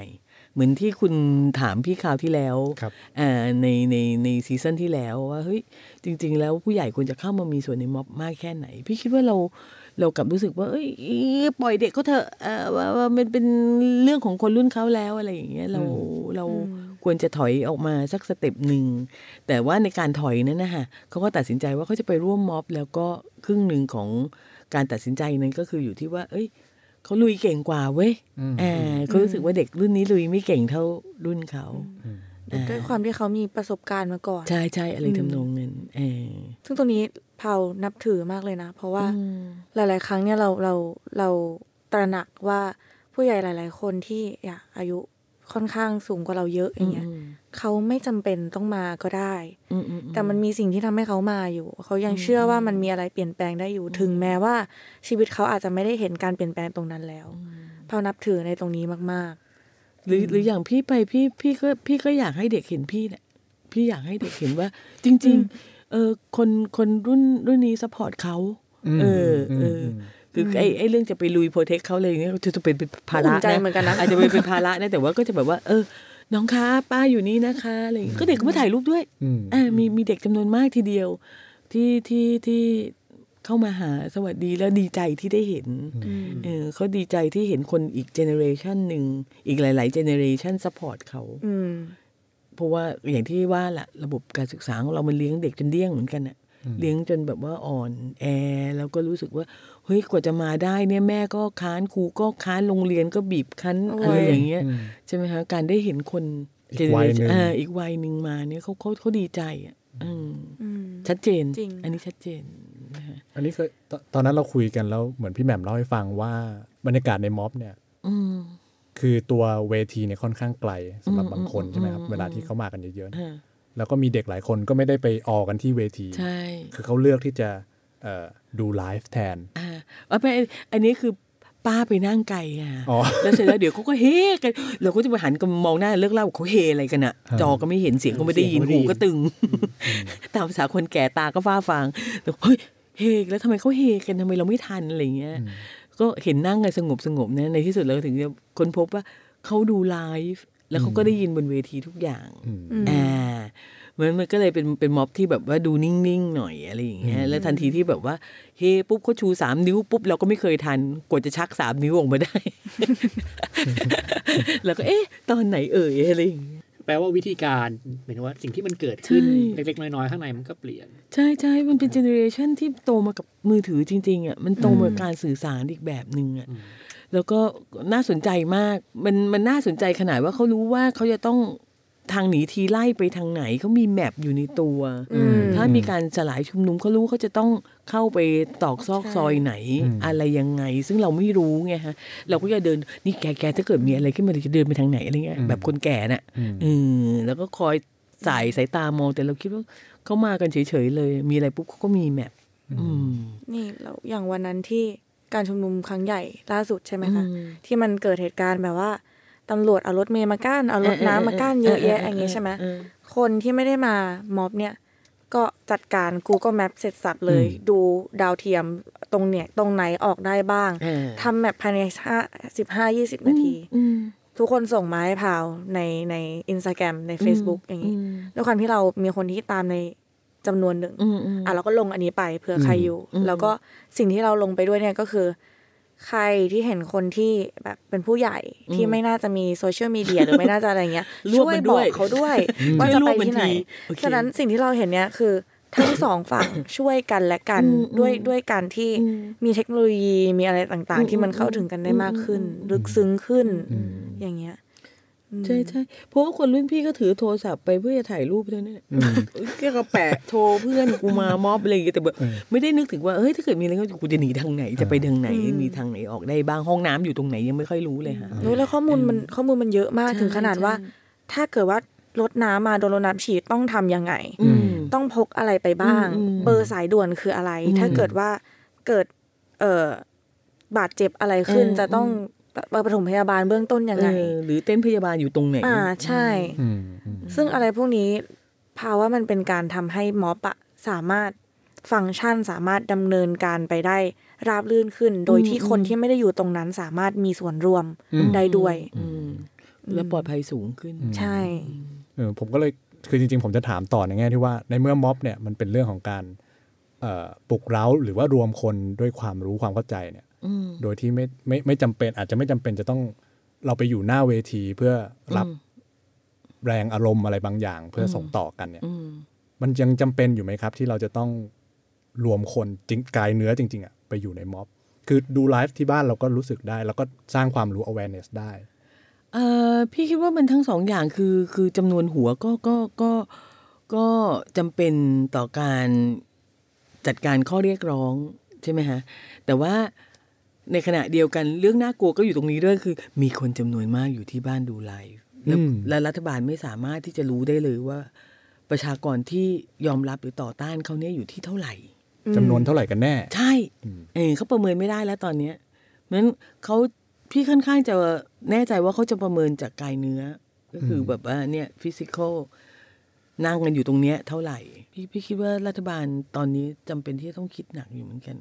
S6: เหมือนที่คุณถามพี่คราวที่แล้ว
S2: ครับ
S6: อ่าในในในซีซั่นที่แล้วว่าเฮ้ยจริง ๆ แล้วผู้ใหญ่ควรจะเข้ามามีส่วนในม็อบมากแค่ไหน พี่คิดว่าเราเรากลับรู้สึกว่า เอ้ยอีปล่อยเด็กเขาเถอะเอ่อว่าว่ามันเป็นเรื่องของคนรุ่นเขาแล้วอะไรอย่างเงี้ยเราเรา ควรจะถอยออกมาสักสเต็ปหนึ่ง แต่ว่าในการถอยนั้นนะคะเขาก็ตัดสินใจว่าเขาจะไปร่วมม็อบ แล้วก็ครึ่งหนึ่งของการตัดสินใจนั้นก็คืออยู่ที่ว่า เอ้ยเขาลุยเก่งกว่าเว้ยอ่าเขารู้สึกว่าเด็กรุ่นนี้ลุยไม่เก่งเท่ารุ่นเขาอ่า
S5: ด้วยความที่เขามีประสบการณ์มาก่อน
S6: ใช่ใช่อะไรทำนองนั้นเออ
S5: ซึ่งตรงนี้เผานับถือมากเลยนะ เพราะว่า
S6: อืม
S5: หลาย ๆ ครั้งเนี่ยเราเราเราตระหนักว่าผู้ใหญ่หลาย ๆ คนที่อยากอายุค่อนข้างสูงกว่าเราเยอะอย่างเงี้ย
S6: อืม
S5: เขาไม่จำเป็นต้องมาก็ได้
S6: อืมอืม
S5: แต่มันมีสิ่งที่ทำให้เขามาอยู่ เขายังเชื่อว่ามันมีอะไรเปลี่ยนแปลงได้อยู่ ถึงแม้ว่าชีวิตเขาอาจจะไม่ได้เห็นการเปลี่ยนแปลงตรงนั้นแล้วเผานับถือในตรงนี้มาก
S6: หรือหรืออย่างพี่ไปพี่พี่ก็พี่ก็อยากให้เด็กเห็นพี่แหละพี่อยากให้เด็กเห็นว่า จริง ๆ เออคนคนรุ่นรุ่นนี้สปอร์ตเขา เออเอออ คือไอ้ไอ้เรื่องจะไปลุยโปรเทคเขาเลยเนี่ยจะจะเป็นเป็นภา
S5: อุ่
S6: ระ
S5: นใจ
S6: นะ
S5: เหมือนกันนะ
S6: อาจจะเป็นเป็นภาระ (laughs) นะแต่ว่าก็จะแบบว่า เออ น้องคะป้าอยู่นี่นะคะอะไรอย่างเงี้ยก็เด็กก็มาถ่ายรูปด้วย
S2: อืม
S6: อ่ามีมีเด็กจำนวนมากทีเดียว ที่ที่ที่เข้ามาหาสวัสดีแล้วดีใจที่ได้เห็นเออเขาดีใจที่เห็นคนอีกเจเนอเรชันหนึ่งอีกหลาย ๆ เจเนอเรชันสปอร์ตเขา
S5: อืม
S6: เพราะว่าอย่างที่ว่าละระบบการศึกษาของเรามันเลี้ยงเด็กจนเดี้ยงเหมือนกันอะเลี้ยงจนแบบว่าอ่อนแอแล้วก็รู้สึกว่าเฮ้ยกว่าจะมาได้เนี่ยแม่ก็ค้านครูก็ค้านโรงเรียนก็บีบคั้น
S5: โอ้ย
S6: อะไรอย่างเงี้ยใช่ไหมคะการได้เห็นคน
S2: อีกวัยหนึ่ง
S6: เจเรชั่อ่าอีกวัยหนึ่งมาเนี่ยเขาเขาเขาดีใจอ่ะอืม
S5: อืม
S6: ชัดเจน
S5: จริง
S6: อันนี้ชัดเจน
S2: อันนี้เคยตตอนนั้นเราคุยกันแล้วเหมือนพี่แหม่มเล่าให้ฟังว่าบรรยากาศในม็อบเนี่ย
S6: อืม
S2: คือตัวเวทีเนี่ยค่อนข้างไกลสำหรับบางคน
S6: อืม
S2: ใช่ไหมครับ
S6: อืม
S2: เวลาที่เขามากันเยอะๆเนี่ย
S6: อ่า
S2: แล้วก็มีเด็กหลายคนก็ไม่ได้ไปออกันที่เวที
S6: ใช่
S2: คือเขาเลือกที่จะเอ่อดูไลฟ์แทน
S6: อ่าเอาไปอันนี้คือป้าไปนั่งไกลอ่ะ
S2: อ๋อ
S6: แล้วเสร็จแล้วเดี๋ยวเขาก็เฮกัน เราก็จะไปหันกันมองหน้าเลิกเล่าเขาเฮอะไรกันอ่ะ
S2: ครับ
S6: จอก็ไม่เห็นเสียงก็ไม่ได้ยิน
S3: เสีย
S6: หู
S3: งก็ไม่ได้ยิน
S6: ก็ตึง ตามภาษาคนแก่ตาก็ฟ้าฟางแต่เฮ้ยเฮกแล้วทำไมเขาเฮกันทำไมเราไม่ทันอะไรเงี้ย ก็เห็นนั่งไงสงบสงบๆนะในที่สุดเราถึงจะค้นพบว่าเขาดูไลฟ์แล้วเขาก็ได้ยินบนเวทีทุกอย่าง
S2: อืม
S5: อืม
S6: อ่ามันมันก็เลยเป็นเป็นม็อบที่แบบว่าดูนิ่ง ๆ หน่อยอะไรอย่างเงี้ยแล้วทันทีที่แบบว่าเฮ้ปุ๊บเขาชูสามนิ้วปุ๊บเราก็ไม่เคยทันกว่าจะชักสามนิ้วออกมาได้ (laughs) แล้วก็เอ๊ะ ตอนไหนเอ่ยอะไรอย่างเงี้ย
S3: แปลว่าวิธีการหมายถึงว่าสิ่งที่มันเกิดขึ้น
S6: ใช่
S3: เล็กๆ น้อยๆ ข้างในมันก็เปลี่ยน
S6: ใช่ใช่มันเป็นเจเนอเรชันที่โตมากับมือถือจริง ๆอ่ะมันโตมากับการสื่อสารอีกแบบหนึ่งอ่ะ
S3: อืม
S6: แล้วก็น่าสนใจมาก มันมันน่าสนใจขนาดว่าเขารู้ว่าเขาจะต้องทางหนีทีไล่ไปทางไหนเขามีแมปอยู่ในตัว
S5: อืม
S6: ถ้ามีการสลายชุมนุมเขารู้เขาจะต้องเข้าไปตอกซอกซอยไหน อะไรยังไง ซึ่งเราไม่รู้ไงฮะ เราก็จะเดินนี่แกแกถ้าเกิดมีอะไรขึ้นมาเราจะเดินไปทางไหนอะไรเงี้ยแบบคนแก่น่ะเออแล้วก็คอยสายสายตามองแต่เราคิดว่าเขามากันเฉยๆเลย มีอะไรปุ๊บเขาก็มีแมพอืม
S5: นี่เราอย่างวันนั้นที่การชุมนุมครั้งใหญ่ล่าสุดใช่ไหมคะ ที่มันเกิดเหตุการณ์แบบว่าตำรวจเอารถเมย์มากั้นเอารถน้ำมากั้นเยอะแยะอย่างงี้ใช่ไหม คนที่ไม่ได้มาม็อบเนี่ย ก็จัดการ Google Map เสร็จสับเลย ดูดาวเทียมตรงเนี่ยตรงไหนออกได้บ้าง
S6: เออ
S5: ทำแมปภายในห้าสิบห้ายี่สิบนาที
S6: อืม
S5: ทุกคนส่งมาให้พาวในในอินสตาแกรมใน Facebook อย่างนี้ด้วยความที่เรามีคนที่ตามในจำนวนหนึ่ง
S6: อืมอืม
S5: อ่ะเราก็ลงอันนี้ไปเผื่อใครอยู่
S6: อืม
S5: แล้วก็สิ่งที่เราลงไปด้วยเนี่ยก็คือ ใครที่เห็นคนที่แบบเป็นผู้ใหญ่ที่ไม่น่าจะมีโซเชียลมีเดียหรือไม่น่าจะอะไรเงี้ย
S6: (laughs) รวบ
S5: ช่วย
S6: มัน
S5: บ
S6: ด้
S5: อ
S6: ว
S5: ก
S6: ย
S5: เขาด้วย ว่า
S6: ช่วย
S5: จะ
S6: ร
S5: ไป
S6: วบมัน
S5: ที่ไหน
S6: ทีโอเค
S5: ฉะนั้นสิ่งที่เราเห็นเนี่ยคือ ทั้งสอง
S6: (coughs)
S5: ฝั่ง ช่วยกันและกัน
S6: อืมอืม
S5: ด้วยด้วยการที่
S6: อืม
S5: มีเทคโนโลยีมีอะไรต่าง
S6: อืม
S5: ๆ ที่มันเข้าถึงกันได้มากขึ้น
S6: อืมอืม
S5: ลึกซึ้งขึ้น อย่างเงี้ยอืม
S6: ใช่ใช่เพราะว่าคนรุ่นพี่ก็ถือโทรศัพท์ไปเพื่อจะถ่ายรูปเท่านั้นแหละเอ้ยก็แปะโทรเพื่อนกูมามอบอะไรอย่างเงี้ยแต่แบบไม่ได้นึกถึงว่าเฮ้ยถ้าเกิดมีอะไรก็กูจะหนีทางไหนจะไปทางไหนมีทางไหนออกได้บ้างห้องน้ำอยู่ตรงไหนยังไม่ค่อยรู้เลยค่ะ
S5: โน้ยแล้วข้อมูลมันข้อมูลมันเยอะมาก
S6: ใช่
S5: ถึงขนาดว่า
S6: ใช่
S5: ถ้าเกิดว่ารถน้ำมาโดนรถน้ำฉีดต้องทำยังไง
S6: อืม
S5: ต้องพกอะไรไปบ้าง
S6: อืมอืม
S5: เบอร์สายด่วนคืออะไร
S6: อืม
S5: ถ้าเกิดว่าเกิดเอ่อบาดเจ็บอะไรขึ้น
S6: เออ
S5: จะต้องปฐมพยาบาลเบื้องต้นยังไง
S6: เออหรือเต้นพยาบาลอยู่ตรงไหน
S5: อ่าใช่
S2: อืมอืม
S5: ซึ่งอะไรพวกนี้ภาวะมันเป็นการทำให้มอปอะสามารถฟังก์ชันสามารถดำเนินการไปได้ราบรื่นขึ้น โดยที่คนที่ไม่ได้อยู่ตรงนั้นสามารถมีส่วนร่วมได้ด้วย
S6: อืมแล้วปลอดภัยสูงขึ้น
S5: ใช่
S2: เออผมก็เลยคือจริงๆ ผมจะถามต่อในแง่ที่ว่าในเมื่อม็อบเนี่ยมันเป็นเรื่องของการเอ่อปลุกเร้าหรือว่ารวมคนด้วยความรู้ความเข้าใจเนี่ย
S6: อืม
S2: โดยที่ไม่ไม่ไม่จำเป็นอาจจะไม่จำเป็นจะต้องเราไปอยู่หน้าเวทีเพื่อรับ
S6: อืม
S2: แรงอารมณ์อะไรบางอย่างเพื่อส่งต่อกันเนี่ย
S6: อืม
S2: มันยังจำเป็นอยู่ไหมครับ ที่เราจะต้องรวมคนจริงกายเนื้อจริง ๆอะไปอยู่ในม็อบ คือดูไลฟ์ที่บ้านเราก็รู้สึกได้ แล้วก็สร้างความรู้ awareness ได้
S6: เอ่อพี่คิดว่ามันทั้งสองอย่างคือคือจำนวนหัวก็ก็ก็ก็จำเป็นต่อการจัดการข้อเรียกร้องใช่ไหมฮะแต่ว่าในขณะเดียวกันเรื่องน่ากลัวก็อยู่ตรงนี้ด้วยคือ มีคนจำนวนมากอยู่ที่บ้านดูไลฟ์แล้ว
S2: อืม
S6: และรัฐบาลไม่สามารถที่จะรู้ได้เลยว่า ประชากรที่ยอมรับหรือต่อต้านเขาเนี่ยอยู่ที่เท่าไหร่
S2: จำนวนเท่าไหร่กันแน่
S6: ใช่
S2: อืม
S6: เออเขาประเมินไม่ได้แล้วตอนเนี้ยเพราะฉะนั้นเขาพี่ค่อนข้างจะแน่ใจว่าเขาจะประเมินจากกายเนื้อ ก็คือแบบว่าเนี่ยฟิสิกอล นั่งกันอยู่ตรงเนี้ยเท่าไหร่ พี่พี่คิดว่ารัฐบาลตอนนี้จำเป็นที่จะต้องคิดหนักอยู่เหมือนกัน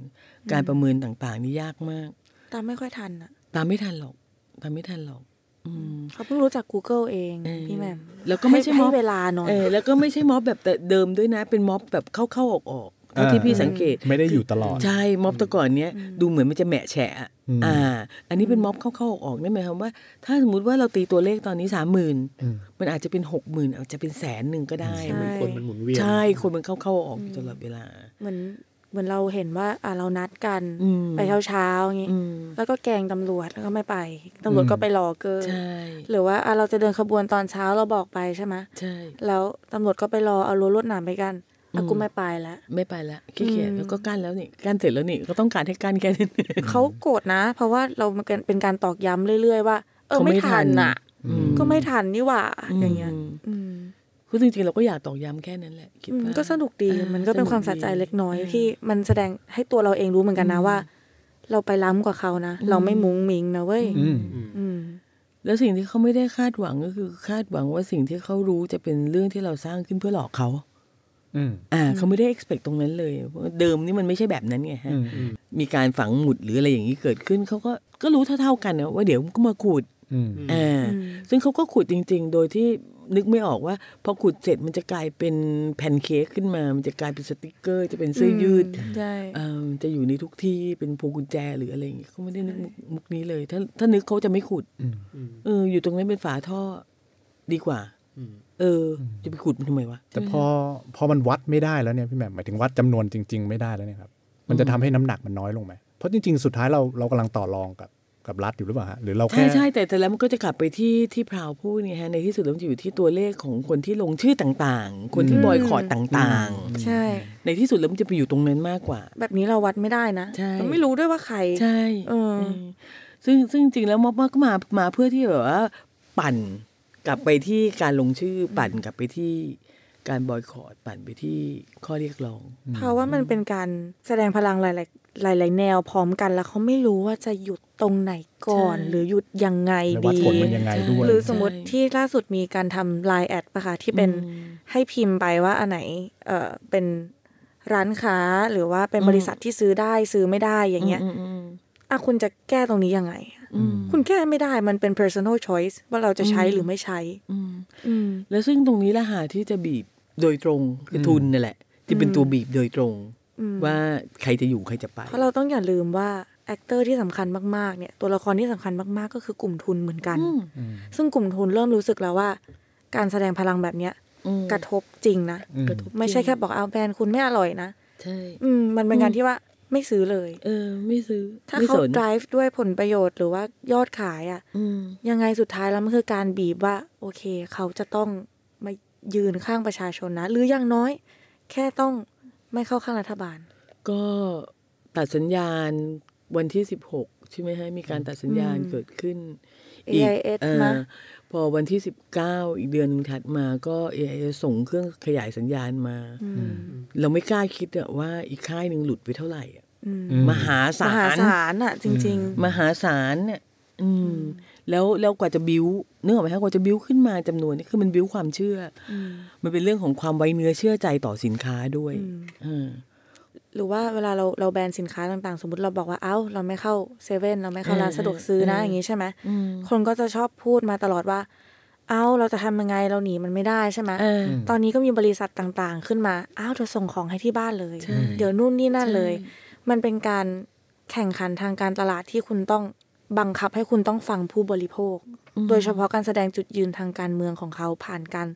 S6: การประเมินต่างๆ นี่ยากมาก
S5: ตามไม่ค่อยทันอ่ะ
S6: ตามไม่ทันหรอก ตามไม่ทันหรอก อืม
S5: เขาเพิ่งรู้จัก Google เอง
S6: เออ
S5: พี่แหม่ม
S6: แล้วก็ไม่ใช่ม็อบ
S5: เวลาหน่อย
S6: เออแล้วก็ไม่ใช่ม็อบแบบแต่เดิมด้วยนะ เป็นม็อบแบบเข้าๆออกๆเท่าที่พี่สังเกต
S2: ไม่ได้อยู่ตลอด
S6: ใช่ม็อบแตะก่อนเนี้ยดูเหมือนมันจะแหมะแฉะอะ
S2: อืม
S6: อ่า อันนี้เป็นม็อบเข้าๆออกๆนั่นหมายความว่า ถ้าสมมติว่าเราตีตัวเลขตอนนี้สามหมื่น
S2: อืม
S6: มันอาจจะเป็นหกหมื่นอาจจะเป็นแสนหนึ่งก็ได้
S5: ใช่
S6: มัน
S3: คนมันหมุนเวียน
S6: ใช่คนมันเข้าๆออกๆอยู่ตลอดเวลา
S5: เหมือนเหมือนเราเห็นว่าอ่ะเรานัดกัน
S6: อืม
S5: ไปเช้าเช้าๆอย่างงี้
S6: อืม
S5: แล้วก็แกล้งตำรวจแล้วก็ไม่ไปตำรวจ
S2: อืม
S5: ก็ไปรอเกอร์
S6: ใช่
S5: หรือว่าอ่ะเราจะเดินขบวนตอนเช้าเราบอกไปใช่ไหม
S6: ใช่
S5: แล้วตำรวจก็ไปรอเอารั้วลวดหนามไปกันอ่ะกูไม่ไปแล้ว
S6: ไม่ไปละขี้เกียจ
S5: อืม
S6: แล้วก็กั้นแล้วนี่กั้นเสร็จแล้วนี่ก็ต้องการให้กั้นแค่นั้น
S5: เขาโกรธนะ เพราะว่าเราเป็นการตอกย้ำเรื่อยๆ ว่า เออ
S6: เขาไม่
S5: ไม่ทัน
S6: ทัน
S5: อ่ะ
S6: อื
S5: ก็ไม่ทันนี่หว่าอย่างเงี้ย
S6: อืม
S5: อืม
S6: คือจริงๆเราก็อยากตอกย้ำแค่นั้นแหละคิด
S5: อืม
S6: ว่า
S5: ก็สนุกดี
S6: อ่
S5: มันก็เป็นความสะใจเล็กน้อยที่มันแสดงให้ตัวเราเองรู้เหมือนกันนะว่า เราไปล้ำกว่าเขานะ เราไม่มุ้งมิงนะเว้ย
S2: อืม
S5: อืม
S6: แล้วสิ่งที่เขาไม่ได้คาดหวังก็คือคาดหวังว่าสิ่งที่เขารู้จะเป็นเรื่องที่เราสร้างขึ้นเพื่อหลอกเขา
S2: อืม
S6: อ่าเขาไม่ได้ expect ตรงนั้นเลยเพราะเดิมนี่มันไม่ใช่แบบนั้นไงฮะ
S2: อืม
S6: มีการฝังหมุดหรืออะไรอย่างนี้เกิดขึ้นเขาก็ก็รู้เท่าๆกันนะว่าเดี๋ยวก็มาขุด
S2: อืม
S6: อ่า
S5: อืม
S6: ซึ่งเขาก็ขุดจริง ๆ โดยที่นึกไม่ออกว่าพอขุดเสร็จมันจะกลายเป็นแผ่นเค้กขึ้นมา มันจะกลายเป็นสติกเกอร์ จะเป็นเสื้อยืด
S5: ใช่
S6: อ่าจะอยู่ในทุกที่เป็นพวงกุญแจหรืออะไรอย่างงี้เขาไม่ได้นึกมุกมุกนี้เลย ถ้าถ้านึกเขาจะไม่ขุด
S3: อืม
S6: เอออยู่ตรงนั้นเป็นฝาท่อดีกว่า
S3: อืม
S6: เออ จะไปขุดมันทำไมวะ
S2: แต่พอพอมันวัดไม่ได้แล้วเนี่ยพี่แหม่มหมายถึงวัดจำนวนจริง ๆ ไม่ได้แล้วเนี่ยครับ มันจะทำให้น้ำหนักมันน้อยลงไหมเพราะจริง ๆ สุดท้ายเราเรากำลังต่อรองกับกับรัฐอยู่หรือเปล่าฮะหรือเราแค่
S6: ใช่ใช่แต่แต่แล้วมันก็จะกลับไปที่ที่พราวพูดเนี่ยฮะในที่สุดแล้วมันจะอยู่ที่ตัวเลขของคนที่ลงชื่อต่างๆ คนที่บอยคอรตต่าง
S5: ใช่
S6: ๆ ในที่สุดแล้วมันจะไปอยู่ตรงนั้นมากกว่า
S5: แบบนี้เราวัดไม่ได้นะ
S6: ใช่
S5: เราไม่รู้ด้วยว่าใคร
S6: ใช่
S5: เออ
S6: เออซึ่งซึ่งจริงๆแล้วม็อบก็มามาเพื่อที่แบบว่าปั่นกลับไปที่การลงชื่อปั่นกลับไปที่การบอยคอรปั่นไปที่ข้อเรียกร้อง
S5: เพราะว่ามันเป็นการแสดงพลังหลาย ๆ หลาย ๆ แนวพร้อมกันแล้วเขาไม่รู้ว่าจะหยุดตรงไหนก่อน
S6: ใช่
S5: หรือหยุดยังไง
S2: แล้ววัด
S5: ดี
S2: ผลมันยังไงด้วย
S5: หรือสมมติที่ล่าสุดมีการทำไลน์แอดปะคะที่เป็นให้พิมพ์ไปว่าอันไหนเออเป็นร้านค้าหรือว่าเป็นบริษัทที่ซื้อได้ซื้อไม่ได้อย่างเงี้ย
S6: อืมอืม
S5: อ่ะคุณจะแก้ตรงนี้ยังไง
S6: อืม
S5: คุณแก้ไม่ได้มันเป็น personal choice ว่าเราจะใช้หรือไม่ใช้
S6: อืม
S5: อืม
S6: แล้วซึ่งตรงนี้ละหาที่จะบีบโดยตรงคืออทุนนั่นแหละ ที่เป็นตัวบีบโดยตรง
S5: อืม
S6: ว่าใครจะอยู่ใครจะไป
S5: เพราะเราต้องอย่าลืมว่าแอคเตอร์ที่สำคัญมาก ๆ เนี่ย ตัวละครที่สำคัญมาก ๆ ก็คือกลุ่มทุนเหมือนกัน
S6: อืม
S5: ซึ่งกลุ่มทุนเริ่มรู้สึกแล้วว่า การแสดงพลังแบบเนี้ย
S6: อืม
S5: กระทบจริงนะ
S2: อืม
S6: กระทบ
S5: ไม่ใช่แค่บอกเอาแบรนด์คุณไม่อร่อยนะ
S6: ใช่
S5: อืม มันเป็นการที่ว่าไม่ซื้อเลย
S6: เออ ไม่ซื้อ
S5: ถ้า
S6: ไม่
S5: เขา
S6: สน
S5: drive ด้วยผลประโยชน์หรือว่ายอดขายอะ
S6: อืม
S5: ยังไงสุดท้ายแล้วมันคือการบีบว่า โอเค เขาจะต้องมายืนข้างประชาชนนะ หรืออย่างน้อย แค่ต้องไม่เข้าข้างรัฐบาล
S6: ก็ตัดสัญญาณวันที่สิบหกใช่ไหมฮะ มีการตัดสัญญาณ
S5: อืม
S6: เกิดขึ้น
S5: AIS
S6: เอ
S5: มั้
S6: อย พอวันที่สิบเก้าอีกเดือนหนึงถัดมาก็ AIS ส่งเครื่องขยายสัญญาณมา
S5: อืม
S6: เราไม่กล้าคิดอะว่าอีกค่ายหนึ่งหลุดไปเท่าไหร่อะ
S5: อืม
S2: ม
S6: มหาม ศา
S5: หา
S6: ล
S5: ศาลอะจริง
S6: มหาศาลเนี่ยอืม แล้วแล้วกว่าจะบิวนึกออกไหมคะกว่าจะบิวขึ้นมาจำนวนนี่คือมันบิวความเชื่ออ
S5: ม
S6: มันเป็นเรื่องของความไว้เนื้อเชื่อใจต่อสินค้าด้วย
S5: ๆอืม
S6: เออ
S5: หรือว่าเวลาเราเราแบนสินค้าต่างๆ สมมติเราบอกว่าเอ้า เราไม่เข้าเซเว่นเราไม่เข้าร้านสะดวกซื้อนะอย่างนี้ใช่ไหม
S6: อืม
S5: คนก็จะชอบพูดมาตลอดว่า เอ้าเราจะทำยังไงเราหนีมันไม่ได้ใช่ไหม
S6: เออ
S5: ตอนนี้ก็มีบริษัทต่างๆ ขึ้นมาเอ้าวเธอส่งของให้ที่บ้านเลย
S6: ใช่
S5: เดี๋ยวนู่นนี่นั่นเลย มันเป็นการแข่งขันทางการตลาดที่คุณต้องบังคับให้คุณต้องฟังผู้บริโภค โดยเฉพาะการแสดงจุดยืนทางการเมืองของเขาผ่านการ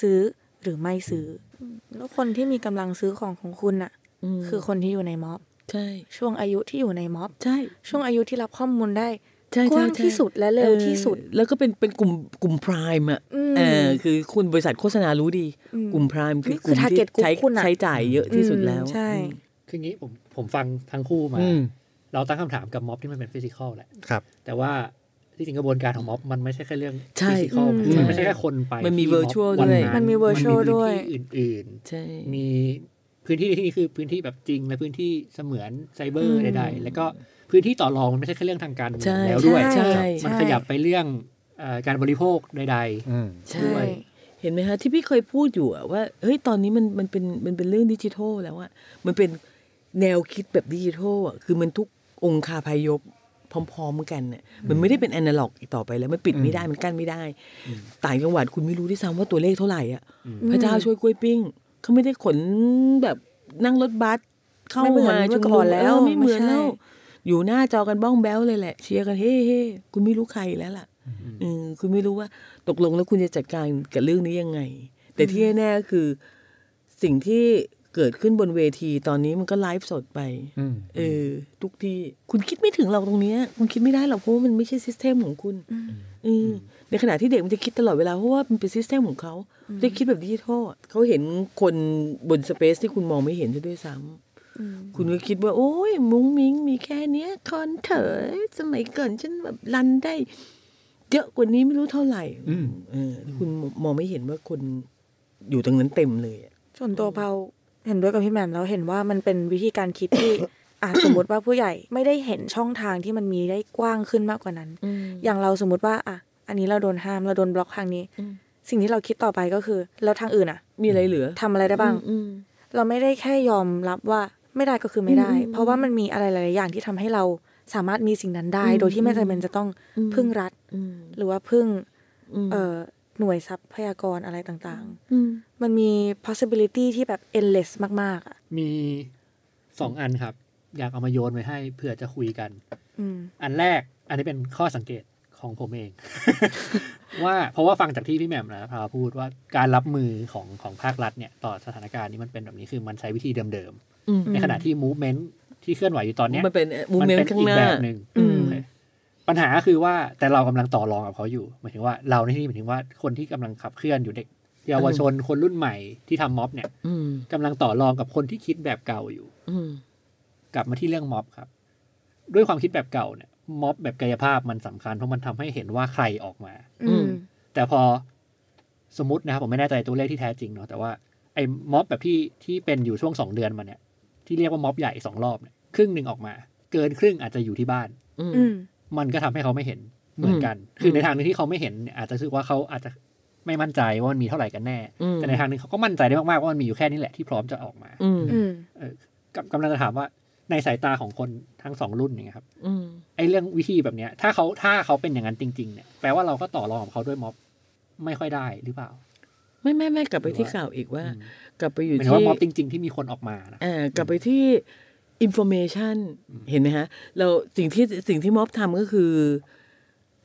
S5: ซื้อหรือไม่ซื้ออแล้วคนที่มีกำลังซื้อของของคุณน่ะ
S6: ม
S5: คือคนที่อยู่ในม็อบ
S6: ใช่
S5: ช่วงอายุที่อยู่ในม็อบ
S6: ใช่
S5: ช่วงอายุที่รับข้อมูลได้
S6: ใช่
S5: ก
S6: ใช่
S5: ว้าง
S6: ใช่
S5: ที่สุดและเร็ว
S6: ออ
S5: ที่สุด
S6: แล้วก็เป็นเป็นกลุ่มกลุ่มพรายอ่ะ
S5: อืม
S6: เออคือคุณบริษัทโฆษณารู้ดี
S5: อืม
S6: กลุ่มพราย
S5: นี่
S6: คื
S5: คือ
S6: อกลุ่มที่
S5: target group
S6: ใช้
S5: คุณอะ
S6: ใช้จ่ายเยอะที่สุดแล้ว
S5: อืมใช่
S3: คืองี้ผมผมฟังทั้งคู่มา
S2: อืม
S3: เราตั้งคำถามกับม็อบที่มันเป็นฟิสิกอลแหละ
S2: ครับ
S3: แต่ว่าที่จริงกระบวนการของม็อบมันไม่ใช่แค่เรื่อง
S6: ใช่
S3: ฟิสิกอล
S5: อืม
S3: มันไม่ใช่แค่คนไป
S6: มันมี
S3: ที่
S6: virtual
S3: อบ
S6: ด้วย
S3: นั้น
S5: มันมีเวอร์ชวลด้วย
S3: มันมีพื้นที่อื่น
S6: ใช่
S3: ๆ มีพื้นที่ (laughs) ที่นี่คือพื้นที่แบบจริงและพื้นที่เสมือนไซเบอร์
S5: อืม
S3: ใดๆ แล้วก็พื้นที่ต่อรองมันไม่ใช่แค่เรื่องทางการเมือง
S6: ใช่
S3: แล้วด้วย
S6: ใช่
S5: ใช่
S3: มันขยับไปเรื่องเอ่อการบริโภคใด
S2: อืม
S6: ใช่
S3: ด้วย
S6: เห็นไหมฮะที่พี่เคยพูดอยู่อะว่าเฮ้ยตอนนี้มันมันเป็นมันเป็นเรื่องดิจิทัลแล้วอะมันเป็นแนวคิดแบบดิจิทัลอะคือมันทุกองค์คาพยพพร้อมๆกันเนี่ยมันไม่ได้เป็นแอนาล็อกอีกต่อไปแล้วมันปิดไม่ได้มันกั้นไม่ได้ ต่างจังหวัดคุณไม่รู้ด้วยซ้ำว่าตัวเลขเท่าไหร่อะพระเจ้าช่วยกล้วยปิ้งเขาไม่ได้ขนแบบนั่งรถบัสเข้า
S5: ไม่เหมือนเมื่
S6: มาชุ
S5: อ
S6: ม
S5: ก่
S6: นุ
S5: อน
S6: ม
S5: แล้
S6: เอ
S5: ว
S6: อไม่เหมือน
S5: ไม่ใช่
S6: แล้ว อยู่หน้าจอกันบ้องแบ้วเลยแหละ เชียร์กันเฮ้เฮ้คุณไม่รู้ใครแล้วล่ะอืมคุณไม่รู้ว่าตกลงแล้วคุณจะจัดการกับเรื่องนี้ยังไง แต่ที่แน่ๆคือสิ่งที่เกิดขึ้นบนเวทีตอนนี้มันก็ไลฟ์สดไป
S2: อืม
S6: เออทุกที่คุณคิดไม่ถึงเราตรงเนี้ยคุณคิดไม่ได้หรอกเพราะว่ามันไม่ใช่ซิสเต็มของคุณเออในขณะที่เด็กมันจะคิดตลอดเวลาเพราะว่ามันเป็นซิสเต็มของเขาจะคิดแบบดิจิทัลอะเขาเห็นคนบนสเปซที่คุณมองไม่เห็นซะด้วยซ้ำ คุณก็คิดว่า โอ้ยมุ้งมิ้งมีแค่เนี้ยคอนเถอะสมัยก่อนฉันแบบรันได้ เยอะกว่านี้ไม่รู้เท่าไหร่
S2: อืม
S6: เออคุณมองไม่เห็นว่าคนอยู่ตรงนั้นเต็มเลยอะ
S5: ส่วนตัวเปาเห็นด้วยกับพี่แหมมแล้วเห็นว่ามันเป็นวิธีการคิดที่ (coughs) อาจสมมติว่าผู้ใหญ่ไม่ได้เห็นช่องทางที่มันมีได้กว้างขึ้นมากกว่านั้น อย่างเราสมมติว่าอ่ะอันนี้เราโดนห้ามเราโดนบล็อกทางนี้ สิ่งที่เราคิดต่อไปก็คือ แล้วทางอื่นอ่ะ
S6: มีอะไรเหลือ
S5: ทำอะไรได้บ้าง
S6: อืม
S5: เราไม่ได้แค่ยอมรับว่าไม่ได้ก็คือไม่ได้
S6: อืม
S5: เพราะว่ามันมีอะไรหลายๆอย่างที่ทำให้เราสามารถมีสิ่งนั้นได้
S6: อืม
S5: โดยที่ไม่จำเป็นจะต้องพึ่งรัฐ
S6: อืม
S5: หรือว่าพึ่ง
S6: อืม
S5: เอ่อหน่วยทรัพยากรอะไรต่าง
S6: ม
S5: ๆ มันมี possibility ที่แบบ endless มากๆอ่ะ
S3: มีสองอันครับ อยากเอามาโยนไว้ให้เผื่อจะคุยกัน
S5: อืม
S3: อันแรกอันนี้เป็นข้อสังเกตของผมเอง (laughs) ว่าเพราะว่าฟังจากที่พี่แหม่มนะพาพูดว่าการรับมือของของภาครัฐเนี่ยต่อสถานการณ์นี้มันเป็นแบบนี้คือมันใช้วิธีเดิม
S6: อืม
S3: ๆ ในขณะที่ movement ที่เคลื่อนไหวอยู่ตอนเนี้ย
S6: มันเป็นมู
S3: มั
S6: เมน
S3: เป็น
S6: ต์ข้าง
S3: อี
S6: ห
S3: ก
S6: น้า
S3: แบบหนึ่ง
S5: อืม
S3: โอเคปัญหาคือว่าแต่เรากำลังต่อรองกับเขาอยู่หมายถึงว่าเราในที่นี้หมายถึงว่าคนที่กำลังขับเคลื่อนอยู่เด็กเยาวชนคนรุ่นใหม่ที่ทำม็อบเนี่ย
S6: อืม
S3: กำลังต่อรองกับคนที่คิดแบบเก่าอยู่
S6: อืม
S3: กลับมาที่เรื่องม็อบครับ ด้วยความคิดแบบเก่าเนี่ยม็อบแบบกายภาพมันสำคัญเพราะมันทำให้เห็นว่าใครออกมา
S5: อืม
S3: แต่พอสมมตินะครับผมไม่แน่ใจตัวเลขที่แท้จริงเนาะแต่ว่าไอ้ม็อบแบบที่ที่เป็นอยู่ช่วงสองเดือนมาเนี่ย ที่เรียกว่าม็อบใหญ่สองรอบเนี่ยครึ่งหนึ่งออกมา เกินครึ่งอาจจะอยู่ที่บ้าน
S6: อืม
S5: อืม
S3: มันก็ทำให้เขาไม่เห็นเหมือนกัน คือในทางหนึงที่เขาไม่เห็นเนี่ยอาจจะรู้สึกว่าเขาอาจจะไม่มั่นใจว่ามันมีเท่าไหร่กันแน่
S6: อืม
S3: แต่ในทางหนึงเขาก็มั่นใจได้มากๆว่ามันมีอยู่แค่นี้แหละที่พร้อมจะออกมา
S6: อืม
S5: อืม
S3: กำกำลังจะถามว่าในสายตาของคนทั้งสองรุ่นอย่างเงี้ยครับ
S6: อืม
S3: ไอ้เรื่องวิธีแบบเนี้ย ถ้าเขาถ้าเขาเป็นอย่างนั้นจริง ๆ เนี่ยแปลว่าเราก็ต่อรองกับเขาด้วยม็อบไม่ค่อยได้หรือเปล่า
S6: ไม่ไม่ไม่กลับไปที่ข่าวอีกว่า
S3: อืม
S6: กลับไปอ
S3: ห
S6: ยู่
S3: มายถึง
S6: ที่
S3: ว่าม็อบจริง ๆ ที่มีคนออกมานะ
S6: เอ่อกลับไปที่ information เห็นไหมฮะ เราสิ่งที่สิ่งที่ม็อบทำก็คือ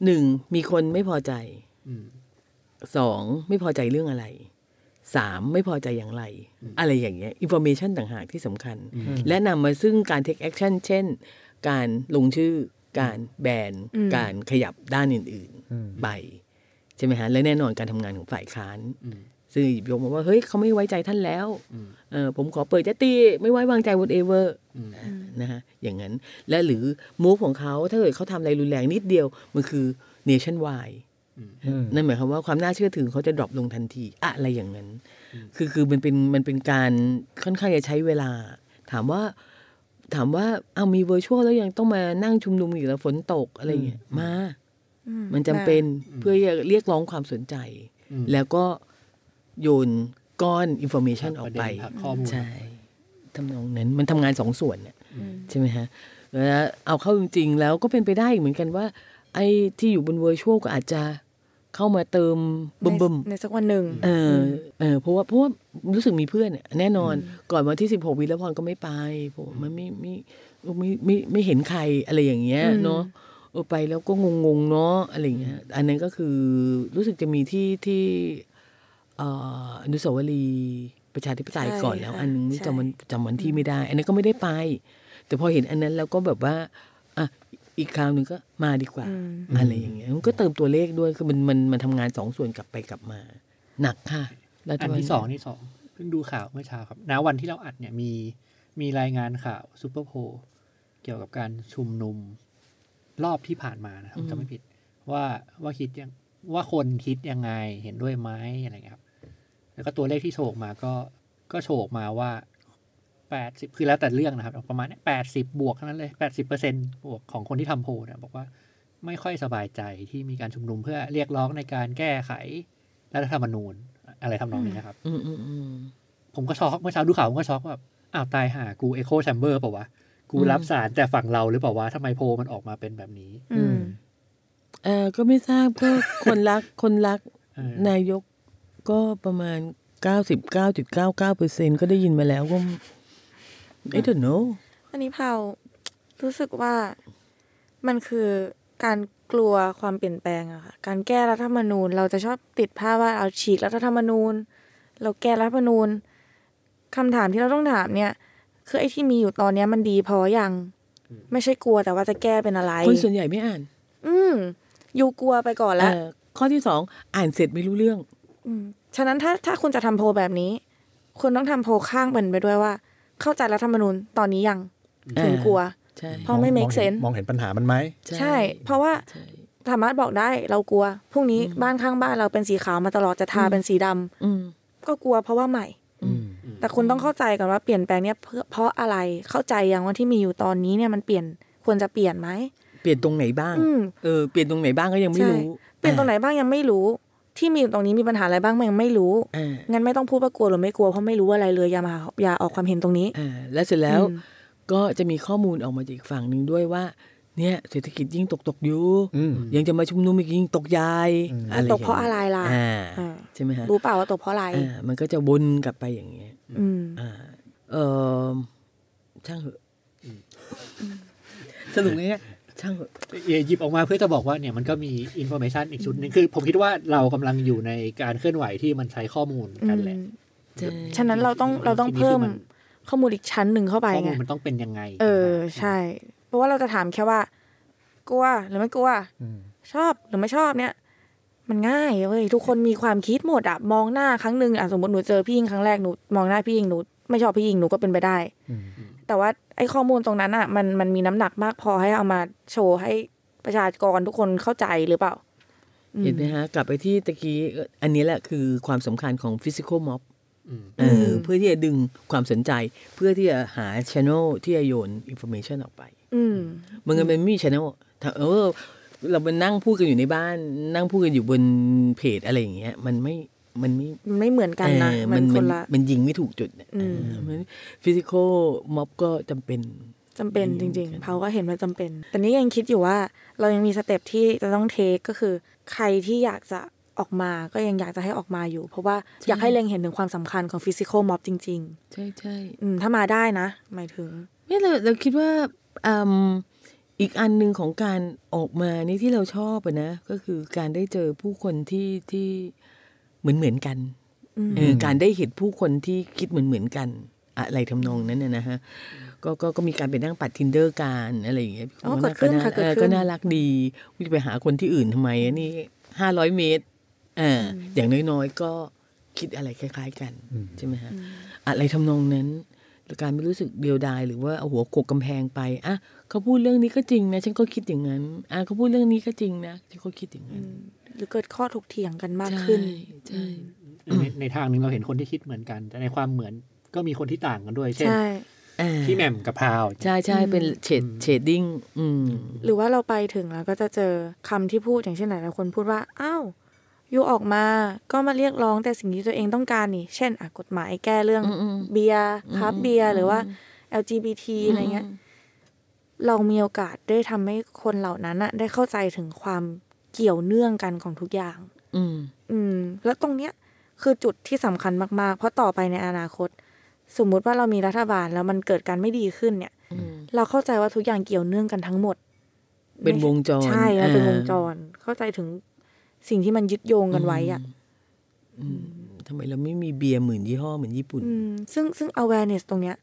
S6: หนึ่งมีคนไม่พอใจ
S3: อืม
S6: สองไม่พอใจเรื่องอะไรสามไม่พอใจอย่างไร อะไรอย่างเงี้ย information ต่างหากที่สำคัญ และนำมาซึ่งการ take action เช่น การลงชื่อการแบน
S5: อืม
S6: การขยับด้านอื่น
S2: อืม
S6: ๆไป ใช่ไหมฮะ และแน่นอนการทำงานของฝ่ายค้าน
S3: อืม
S6: ซึ่งหยิบยกมาว่า เฮ้ยเขาไม่ไว้ใจท่านแล้ว
S3: อืม
S6: เออผมขอเปิดยติไม่ไว้วางใจ whatever
S3: อืม
S6: นะฮะอย่างนั้นและหรือมูฟของเขาถ้าเกิดเขาทำอะไรรุนแรงนิดเดียว มันคือ nationwide
S2: อืม
S6: นั่นหมายความว่าความน่าเชื่อถือของเขาจะดรอปลงทันทีอะไรอย่างนั้น คือคือมันเป็นมันเป็นการค่อนข้างจะใช้เวลา ถามว่าถามว่าเอามีเวอร์ชวลแล้วยังต้องมานั่งชุมนุมอีกแล้วฝนตกอะไรอย่างเงี้ยมา
S5: อื
S6: มันจำเป็นเพื่อจะเรียกร้องความสนใจ
S3: อืม
S6: แล้วก็โยนก้อนอินโฟเมชันออกไป
S3: ระเด็นครับข้อมูล
S6: ใช่ทำนองนั้นมันทำงานสองส่วนน่ะใช่ไหมฮะแล้วเอาเข้าจริงๆ แล้วก็เป็นไปได้อีกเหมือนกันว่า ไอ้ที่อยู่บนเวอร์ชวลก็อาจจะเข้ามาเติมบึมบึม
S5: ในในสักวันหนึ่ง
S6: ๆเออเออเพราะว่าเพราะว่ารู้สึกมีเพื่อนน่ะแน่นอน ก่อนวันที่สิบหกวีรพรก็ไม่ไปผมมันไม่ไม่ไม่ไม่ไม่เห็นใครอะไรอย่างเงี้ย
S5: อืม
S6: เนาะเออไปแล้วก็งงๆเนาะอะไรอย่างเงี้ยอันนั้นก็คือรู้สึกจะมีที่ที่ เอ่ออนุสาวรีย์ประชาธิปไตย
S5: ใช่
S6: ก่อนแล้ว
S5: ค่ะ
S6: อันนึง
S5: ใช่
S6: จำวันจำวันที่ไม่ได้ อันนั้นก็ไม่ได้ไป แต่พอเห็นอันนั้นแล้วก็แบบว่าอ่ะอีกคราวหนึ่งก็มาดีกว่า
S5: อืม
S6: อะไรอย่างเงี้ยมันก็เติมตัวเลขด้วยคือมันมันมันทำงานสองส่วนกลับไปกลับมา หนักค่ะรัฐ
S3: อัน
S6: บาล
S3: ที่สองที่สองเพิ่งดูข่าวเมื่อเช้าครับณวันที่เราอัดเนี่ยมีมีรายงานข่าวซูเปอร์โพลเกี่ยวกับการชุมนุมรอบที่ผ่านมานะครับผมจำไม่ผิด ว่าว่าคิดยังว่าคนคิดยังไงเห็นด้วยไหมอะไรเงี้ยครับ แล้วก็ตัวเลขที่โชว์ออกมาก็ก็โชว์ออกมาว่าแปดสิบคือแล้วแต่เรื่องนะครับ ประมาณแปดสิบบวกเท่านั้นเลยแปดสิบเปอร์เซ็นบวกของคนที่ทำโพลเนี่ยบอกว่าไม่ค่อยสบายใจที่มีการชุมนุมเพื่อเรียกร้องในการแก้ไขรัฐธรรมนูญ อะไรทำนองนี้นะครับ
S6: อืมอืมอืม
S3: ผมก็ช็อกเมื่อเช้าดูข่าวผมก็ช็อกว่าแบบอ้าวตายหากูเอ็โคแชมเบอร์เปล่าวะ กูรับ
S6: อืม
S3: สารแต่ฝั่งเราหรือเปล่าวะทำไมโพลมันออกมาเป็นแบบนี้
S5: อืม
S6: เออก็ไม่ทราบก็ (coughs) คนรักคนรัก
S3: เออน
S6: ายกก็ประมาณเก้าสิบเก้าจุดเก้าเก้าเปอร์เซ็นก็ได้ยินมาแล้วก็ไอ้เดนโน
S5: อันนี้เผารู้สึกว่ามันคือการกลัวความเปลี่ยนแปลงอะค่ะการแก้รัฐธรรมนูญ เราจะชอบติดภาพว่าเอาฉีกรัฐธรรมนูญ เราแก้รัฐธรรมนูญคำถามที่เราต้องถามเนี่ย คือไอ้ที่มีอยู่ตอนเนี้ยมันดีพอยังไม่ใช่กลัวแต่ว่าจะแก้เป็นอะไร
S6: คนส่วนใหญ่ไม่อ่าน
S5: อืมอยู่กลัวไปก่อนละ
S6: เอ่อข้อที่สองอ่านเสร็จไม่รู้เรื่อง
S5: มฉะนั้นถ้าถ้าคุณจะทำโพลแบบนี้ คุณต้องทำโพลข้างมันไปด้วยว่า เข้าใจรัฐธรรมนูญตอนนี้ยังถึงกลัว
S6: ใช่
S5: เพราะไม่ make
S2: เห็น
S5: sense
S2: มองเห็นปัญหามันไหม
S5: ใช่ เพราะว่า
S6: ใช่
S5: สามารถบอกได้เรากลัวพรุ่งนี้บ้านข้างบ้านเราเป็นสีขาวมาตลอดจะทาเป็นสีดำ
S6: อืม
S5: ก็กลัวเพราะว่าใหม่
S2: อืม
S5: แต่คุณต้องเข้าใจก่อนว่าเปลี่ยนแปลงเนี่ยเพื่อเพราะอะไรเข้าใจอย่างว่าที่มีอยู่ตอนนี้เนี่ยมันเปลี่ยนควรจะเปลี่ยนไหม
S6: เปลี่ยนตรงไหนบ้าง
S5: อืม
S6: เออ เปลี่ยนตรงไหนบ้างก็ยังไม่รู้
S5: เปลี่ยนตรงไหนบ้างยังไม่รู้ ที่มีอยู่ตรงนี้มีปัญหาอะไรบ้างมันยังไม่รู้
S6: อ่า
S5: งั้นไม่ต้องพูดว่ากลัวหรือไม่กลัวเพราะไม่รู้อะไรเลยอย่ามาอย่าออกความเห็นตรงนี้
S6: อ่า แล้วเสร็จแล้ว
S5: อืม
S6: ก็จะมีข้อมูลออกมาจากอีกฝั่งหนึ่งด้วยว่า เนี่ย เศรษฐกิจยิ่งตกตกๆอยู่
S2: อืม
S6: ยังจะมาชุมนุมอีกยิ่งตกยาย
S2: อืม
S6: อะไร
S5: ตกเพราะอะไรล่ะ
S6: อ่า
S5: อ่า
S6: ใช่ไหมฮะ
S5: รู้เปล่าว่าตกเพราะอะไร
S6: อ่ามันก็จะวนกลับไปอย่างเงี้ย
S5: อืม
S6: อ่า เออช่างเหอะสรุปง่ายๆช่างเหอะ
S3: เอ่ยหยิบออกมาเพื่อจะบอกว่าเนี่ยมันก็มีอินโฟเมชันอีกชุดหนึงคือ ผมคิดว่าเรากำลังอยู่ในการเคลื่อนไหวที่มันใช้ข้อมูลกันแหละ
S5: ฉะนั้นเราต้องเราต้องเพิ่ม
S3: ทีนี้คือมัน
S5: ข้อมูลอีกชั้นหนึ่งเข้าไป
S3: ข้อมู
S5: ไง
S3: ลมันต้องเป็นยังไง
S5: เออ ใช่ เพราะว่าเราจะถามแค่ว่า กลัวหรือไม่กลัว
S2: อืม
S5: ชอบหรือไม่ชอบเนี่ย มันง่ายเว้ยทุกคนมีความคิดหมดอะมองหน้าครั้งหนึ่งอะสมมติหนูเจอพี่ยิงครั้งแรกหนูมองหน้าพี่ยิงหนูไม่ชอบพี่ยิงหนูก็เป็นไปได้
S2: อืม
S5: แต่ว่าไอ้ข้อมูลตรงนั้นอะมันมันมีน้ำหนักมากพอให้เอามาโชว์ให้ประชากรทุกคนเข้าใจหรือเปล่าอืม
S6: เห็นไหมฮะ กลับไปที่ตะกี้เอ่ออันนี้แหละคือความสำคัญของฟิสิกอลม็อบ
S3: อืม
S6: เออเพื่อที่จะดึงความสนใจ เพื่อที่จะหาช n e l ที่จะโยนอินโฟ a t i o n ออกไป
S5: อืม
S6: มันก็เป็นมีช n e l เออ เรามานั่งพูดกันอยู่ในบ้าน นั่งพูดกันอยู่บนเพจอะไรอย่างเงี้ย มันไม่มันไม่
S5: มันไม่เหมือนกันนะ
S6: เออ
S5: มันค
S6: มัน
S5: ละ
S6: มันยิงไม่ถูกจุดเนี่ย
S5: อืม
S6: ฟิสิกอลม็อบก็จำเป็น
S5: จำเป็นจริง
S6: อืม
S5: ๆเขาก็เห็นว่าจำเป็น แต่นี้ยังคิดอยู่ว่าเรายังมีสเต็ปที่จะต้องเทคก็คือ ใครที่อยากจะออกมาก็ยังอยากจะให้ออกมาอยู่ เพราะว่าอยากให้เล็งเห็นถึงความสำคัญของฟิสิกอลม็อบจริง
S6: ใช่ใช่
S5: ๆ อืมถ้ามาได้นะ หมายถึง
S6: เนี่ยเราเราคิดว่าอืมอีกอันหนึ่งของการออกมานี่ที่เราชอบอะนะ ก็คือการได้เจอผู้คนที่ที่เหมือนเหมือนๆกัน
S5: อืม
S6: เออการได้เห็นผู้คนที่คิดเหมือนเหมือนๆกันอะไรทำนองนั้นน่ะนะฮะก็ก็ก็มีการไปนั่งปัดทินเดอร์การอะไรอย่างเงี้ย
S5: อ๋อ
S6: ผม
S5: เกิ
S6: ว่า
S5: ดขึ้นค่ะ
S6: า
S5: เกิดขึ้น
S6: ออก็น่ารักดีคุณจะไปหาคนที่อื่นทำไมอันนี่ห้าร้อยเมตรอ่าอย่างน้อยๆก็คิดอะไรคล้าย ๆ กัน
S2: อืม
S6: ใช่ไหมฮะอะไรทำนองนั้นหรือการไม่รู้สึกเดียวดายหรือว่าเอาหัวโขกกำแพงไปอ่ะเขาพูดเรื่องนี้ก็จริงนะฉันก็คิดอย่างนั้นอ่ะเขาพูดเรื่องนี้ก็จริงนะฉันก็คิดอย่างนั้น
S5: หรือเกิดข้อถกเถียงกันมากขึ้น
S6: ใช่
S3: ในในทางหนึ่งเราเห็นคนที่คิดเหมือนกัน แต่ในความเหมือนก็มีคนที่ต่างกันด้วย เช่น
S5: ใช่
S6: ใช่
S3: พี่แหม่มกับพราว
S6: ใช่ใช่เป็นเฉดเชดดิ้งอืม
S5: หรือว่าเราไปถึงแล้วก็จะเจอคำที่พูดอย่างเช่นหลายๆคนพูดว่าอ้าวอยู่ออกมาก็มาเรียกร้องแต่สิ่งที่ตัวเองต้องการนี่ เช่นอ่ะกฎหมายแก้เรื่อง
S6: อืมๆ
S5: เบียร์ครับ
S6: อืมๆ
S5: เบียร์หรือว่า LGBT อะไรเงี้ย เรามีโอกาสได้ทำให้คนเหล่านั้นน่ะ ได้เข้าใจถึงความเกี่ยวเนื่องกันของทุกอย่าง
S6: อืม
S5: อืม แล้วตรงเนี้ยคือจุดที่สำคัญมาก ๆ เพราะต่อไปในอนาคต สมมุติว่าเรามีรัฐบาลแล้วมันเกิดการไม่ดีขึ้นเนี่ย
S6: อืม
S5: เราเข้าใจว่าทุกอย่างเกี่ยวเนื่องกันทั้งหมด
S6: เป็นวงจร
S5: ใช่มันเป็นวงจ
S6: อ่าร
S5: เข้าใจถึงสิ่งที่มันยึดโยงกันไว้อ่ะ
S6: อืมทำไมเราไม่มีเบียร์หมื่นยี่ห้อเหมือนญี่ปุ่น
S5: อืม ซึ่งซึ่ง awareness ตรงเนี้ย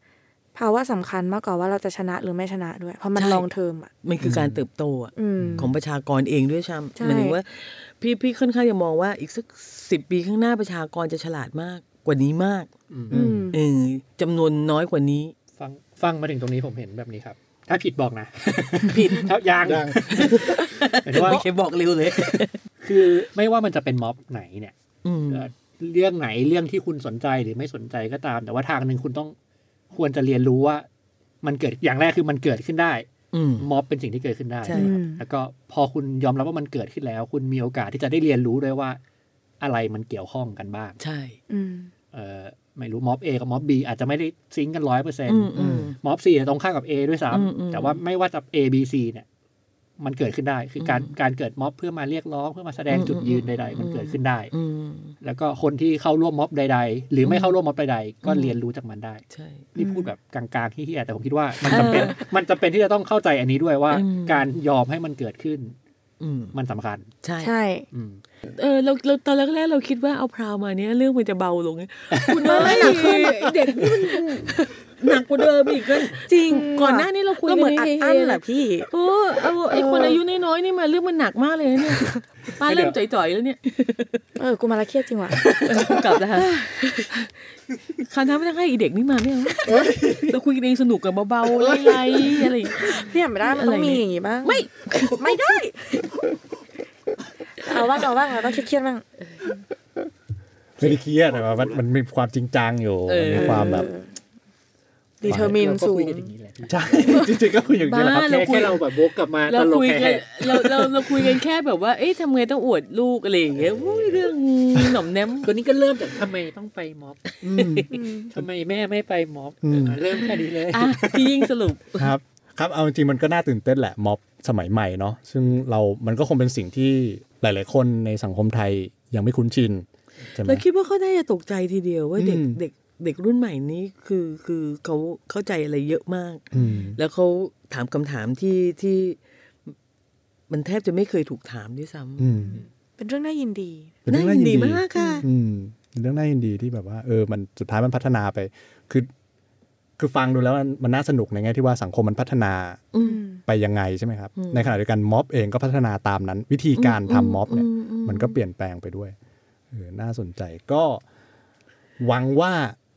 S5: ภาวะสำคัญมากกว่าว่าเราจะชนะหรือไม่ชนะด้วย เพราะมัน
S6: ใช่
S5: ลองเทอมอ่ะ
S6: มันคือการเติบโตอะ
S5: อืม
S6: ของประชากรเองด้วยซ้
S5: ใช่
S6: ำหมายถึงว่า พี่พี่ค่อนข้างจะมองว่าอีกสักสิบปีข้างหน้าประชากรจะฉลาดมากกว่านี้มาก
S5: อืม
S6: เออจำนวนน้อยกว่านี้
S3: ฟังฟังมาถึงตรงนี้ผมเห็นแบบนี้ครับ ถ้าผิดบอกนะ
S6: ผิด
S3: ถ้ายัง
S2: ยัง
S3: หมายถึงว่า
S6: ไม่เคยบอกเร็วเลย
S3: คือไม่ว่ามันจะเป็นม็อบไหนเนี่ย
S6: อืม
S3: เอ่อเรื่องไหนเรื่องที่คุณสนใจหรือไม่สนใจก็ตาม แต่ว่าทางหนึ่งคุณต้องควรจะเรียนรู้ว่า มันเกิดอย่างแรกคือมันเกิดขึ้นได้
S6: อืม
S3: ม็อบเป็นสิ่งที่เกิดขึ้นได้
S6: ใช่
S3: นะครับแล้วก็พอคุณยอมรับว่ามันเกิดขึ้นแล้ว คุณมีโอกาสที่จะได้เรียนรู้ด้วยว่า อะไรมันเกี่ยวข้องกันบ้าง
S6: ใช่
S5: อืม
S3: เออไม่รู้ม็อบ A กับม็อบ B อาจจะไม่ได้ซิงค์กันร้อยเปอร์เซ็น
S6: อื
S3: ต์
S6: มอืม
S3: ม็อบ C เนี่ยตรงข้ามกับ A ด้วยซ้
S6: อืมอืม
S3: ำแต่ว่าไม่ว่าจะ A B C เนี่ยมันเกิดขึ้นได้ คือการ
S6: อืม
S3: การเกิดม็อบเพื่อมาเรียกร้องเพื่อมาแสดง
S6: อืม
S3: จุดยืน
S6: อืม
S3: ใด ๆ มัน
S6: อืม
S3: เกิดขึ้นได้
S6: อืม
S3: แล้วก็คนที่เข้าร่วมม็อบใด ๆ หรือไม่เข้าร่วมม็อบใดๆก็
S6: อืม
S3: เรียนรู้จากมันได้
S6: ใช่
S3: นี่พูดแบบกลางๆที่เฮียแต่ผมคิดว่ามันจำเป็นมันจำเป็นที่จะต้องเข้าใจอันนี้ด้วยว่า
S6: อืม
S3: การยอมให้มันเกิดขึ้น
S6: อืม
S3: มันสำคัญ
S6: ใช่
S5: ใช่
S3: อืม
S6: เออเราเราตอนแรกๆเราคิดว่าเอาพราวมาเนี้ยเรื่องมันจะเบาลง
S5: (laughs)
S6: คุณเอ้ยเด็กนี่มันหนักกว่าเดิมอีกกัน
S5: จริง
S6: ก่อนหน้านี้เราคุย
S5: ก็
S6: กั
S5: เหมือนอัดอั้น
S6: เฮๆ
S5: แหละพี่
S6: เออเอาไอคนอายุน้อยๆนี่มาเรื่องมันหนักมากเลยนะ
S5: (laughs)
S6: เนี่ยป้าเริ่ม
S3: เดี๋ยว
S6: จ่อยๆแล้วเนี่ย
S5: เออ กูมาละเครียดจริง (laughs) ว่ะ
S6: เออกลับแล้วค่ะคานท้าไม่ต้องให้อีเด็กนี่มาไม่เอาเราคุยกันเองสนุกกันเบาๆไล่ๆอะไรอย่างเงี้ย
S5: เนี่ยไม่ได้มันต้อ
S6: อะ
S5: ง
S6: ไรเนี่
S5: มี
S6: ย
S5: อย่างงี้บ้าง
S6: ไม่
S5: ไม่ได้ เอาบ้างเอาบ้างเราต้องเครียดๆบ้าง
S2: ไม่ได้เครียดแต่ว่ามันมันมีความจริงจังอยู่
S6: เออ
S2: มันมีความแบบ
S5: ดีเทอร์มิน
S3: เราก็
S5: สูง
S3: คุยกันอย่างนี้แหละพี่
S2: ใช่ จริงๆก็คืออย่างนี้แหละครับ
S6: บ้า
S3: แค่แค่เราแบบวกกลับมา
S6: เรา
S3: ตลก
S6: คุยกั
S3: แห่
S6: นเราเราเราคุยกันแค่แบบว่า เอ๊ะทำไงต้องอวดลูกอะไรอย่างเงี้ยอุ้ยเรื่องหน่อมแนม
S3: ๆก็นี่ก็เริ่มจากทำไมต้องไปม็อบ
S2: อืม
S5: อืม
S3: ทำไมแม่ไม่ไปม็อบ
S2: อืม
S3: เริ่มแค่นี้เลย
S6: อ่ะพี่ยิ่งสรุป
S2: ครับ ครับ เอาจริงๆมันก็น่าตื่นเต้นแหละ ม็อบสมัยใหม่เนาะ ซึ่งเรา มันก็คงเป็นสิ่งที่หลาย ๆ คนในสังคมไทยยังไม่คุ้นชินใช่ไหม
S6: เราคิดว่าเขาน่าจะตกใจทีเดียวว่าเด็ก
S2: อืม
S6: เด็กเด็กรุ่นใหม่นี้คือคือเขาเข้าใจอะไรเยอะมาก
S2: อืม
S6: แล้วเขาถามคำถามที่ที่มันแทบจะไม่เคยถูกถามด้วยซ้ำ
S2: อืม
S5: เป็นเรื่องน่ายินดี
S2: เป็นเรื่องน่า
S6: ยิ
S2: ยินดี
S6: มากค่ะ
S2: อืมเป็นเรื่องน่ายินดีที่แบบว่า เออ มันสุดท้ายมันพัฒนาไป คือ คือฟังดูแล้วมันมันน่าสนุกในแง่ที่ว่าสังคมมันพัฒนา
S6: อื
S5: อื
S6: ม
S5: ม
S2: ไปยังไงใช่ไหมครับ
S6: อืม
S2: ในขณะเดียวกันม็อบเองก็พัฒนาตามนั้น วิธีการทำม็อบเนี่ย
S6: อื
S2: มันก็เปลี่ยนแปลงไปด้วยเออน่าสนใจก็หวังว่า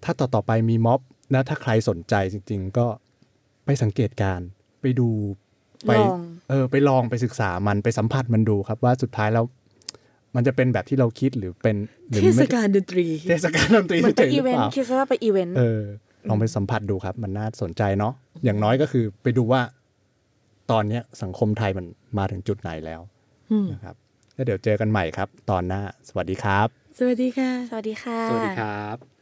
S2: ถ้าต่อต่อๆไปมีม็อบนะถ้าใครสนใจจริง ๆ ก็ไปสังเกตการณ์ไปดูไป
S5: ลอง
S2: เออไปลองไปศึกษามันไปสัมผัสมันดูครับว่าสุดท้ายแล้ว มันจะเป็นแบบที่เราคิดหรือเป็นหรื
S6: เทศ
S2: ไม่
S6: กาลดนตรี
S2: เทศกาลดนตรี
S5: มันไป
S2: เฉยๆหรือ
S5: อีเวน
S2: เป
S5: ต์
S2: ล่า
S5: คิดซะว่าไปอีเวนต์
S2: เออ ลองไปสัมผัสดูครับ มันน่าสนใจเนาะอย่างน้อยก็คือไปดูว่า ตอนเนี้ยสังคมไทยมันมาถึงจุดไหนแล้ว
S6: อืม
S2: นะครับแล้วเดี๋ยวเจอกันใหม่ครับ ตอนหน้าสวัสดีครับ
S6: สวัสดีค่ะ
S5: สวัสดีค่ะ
S3: สวัสดีครับ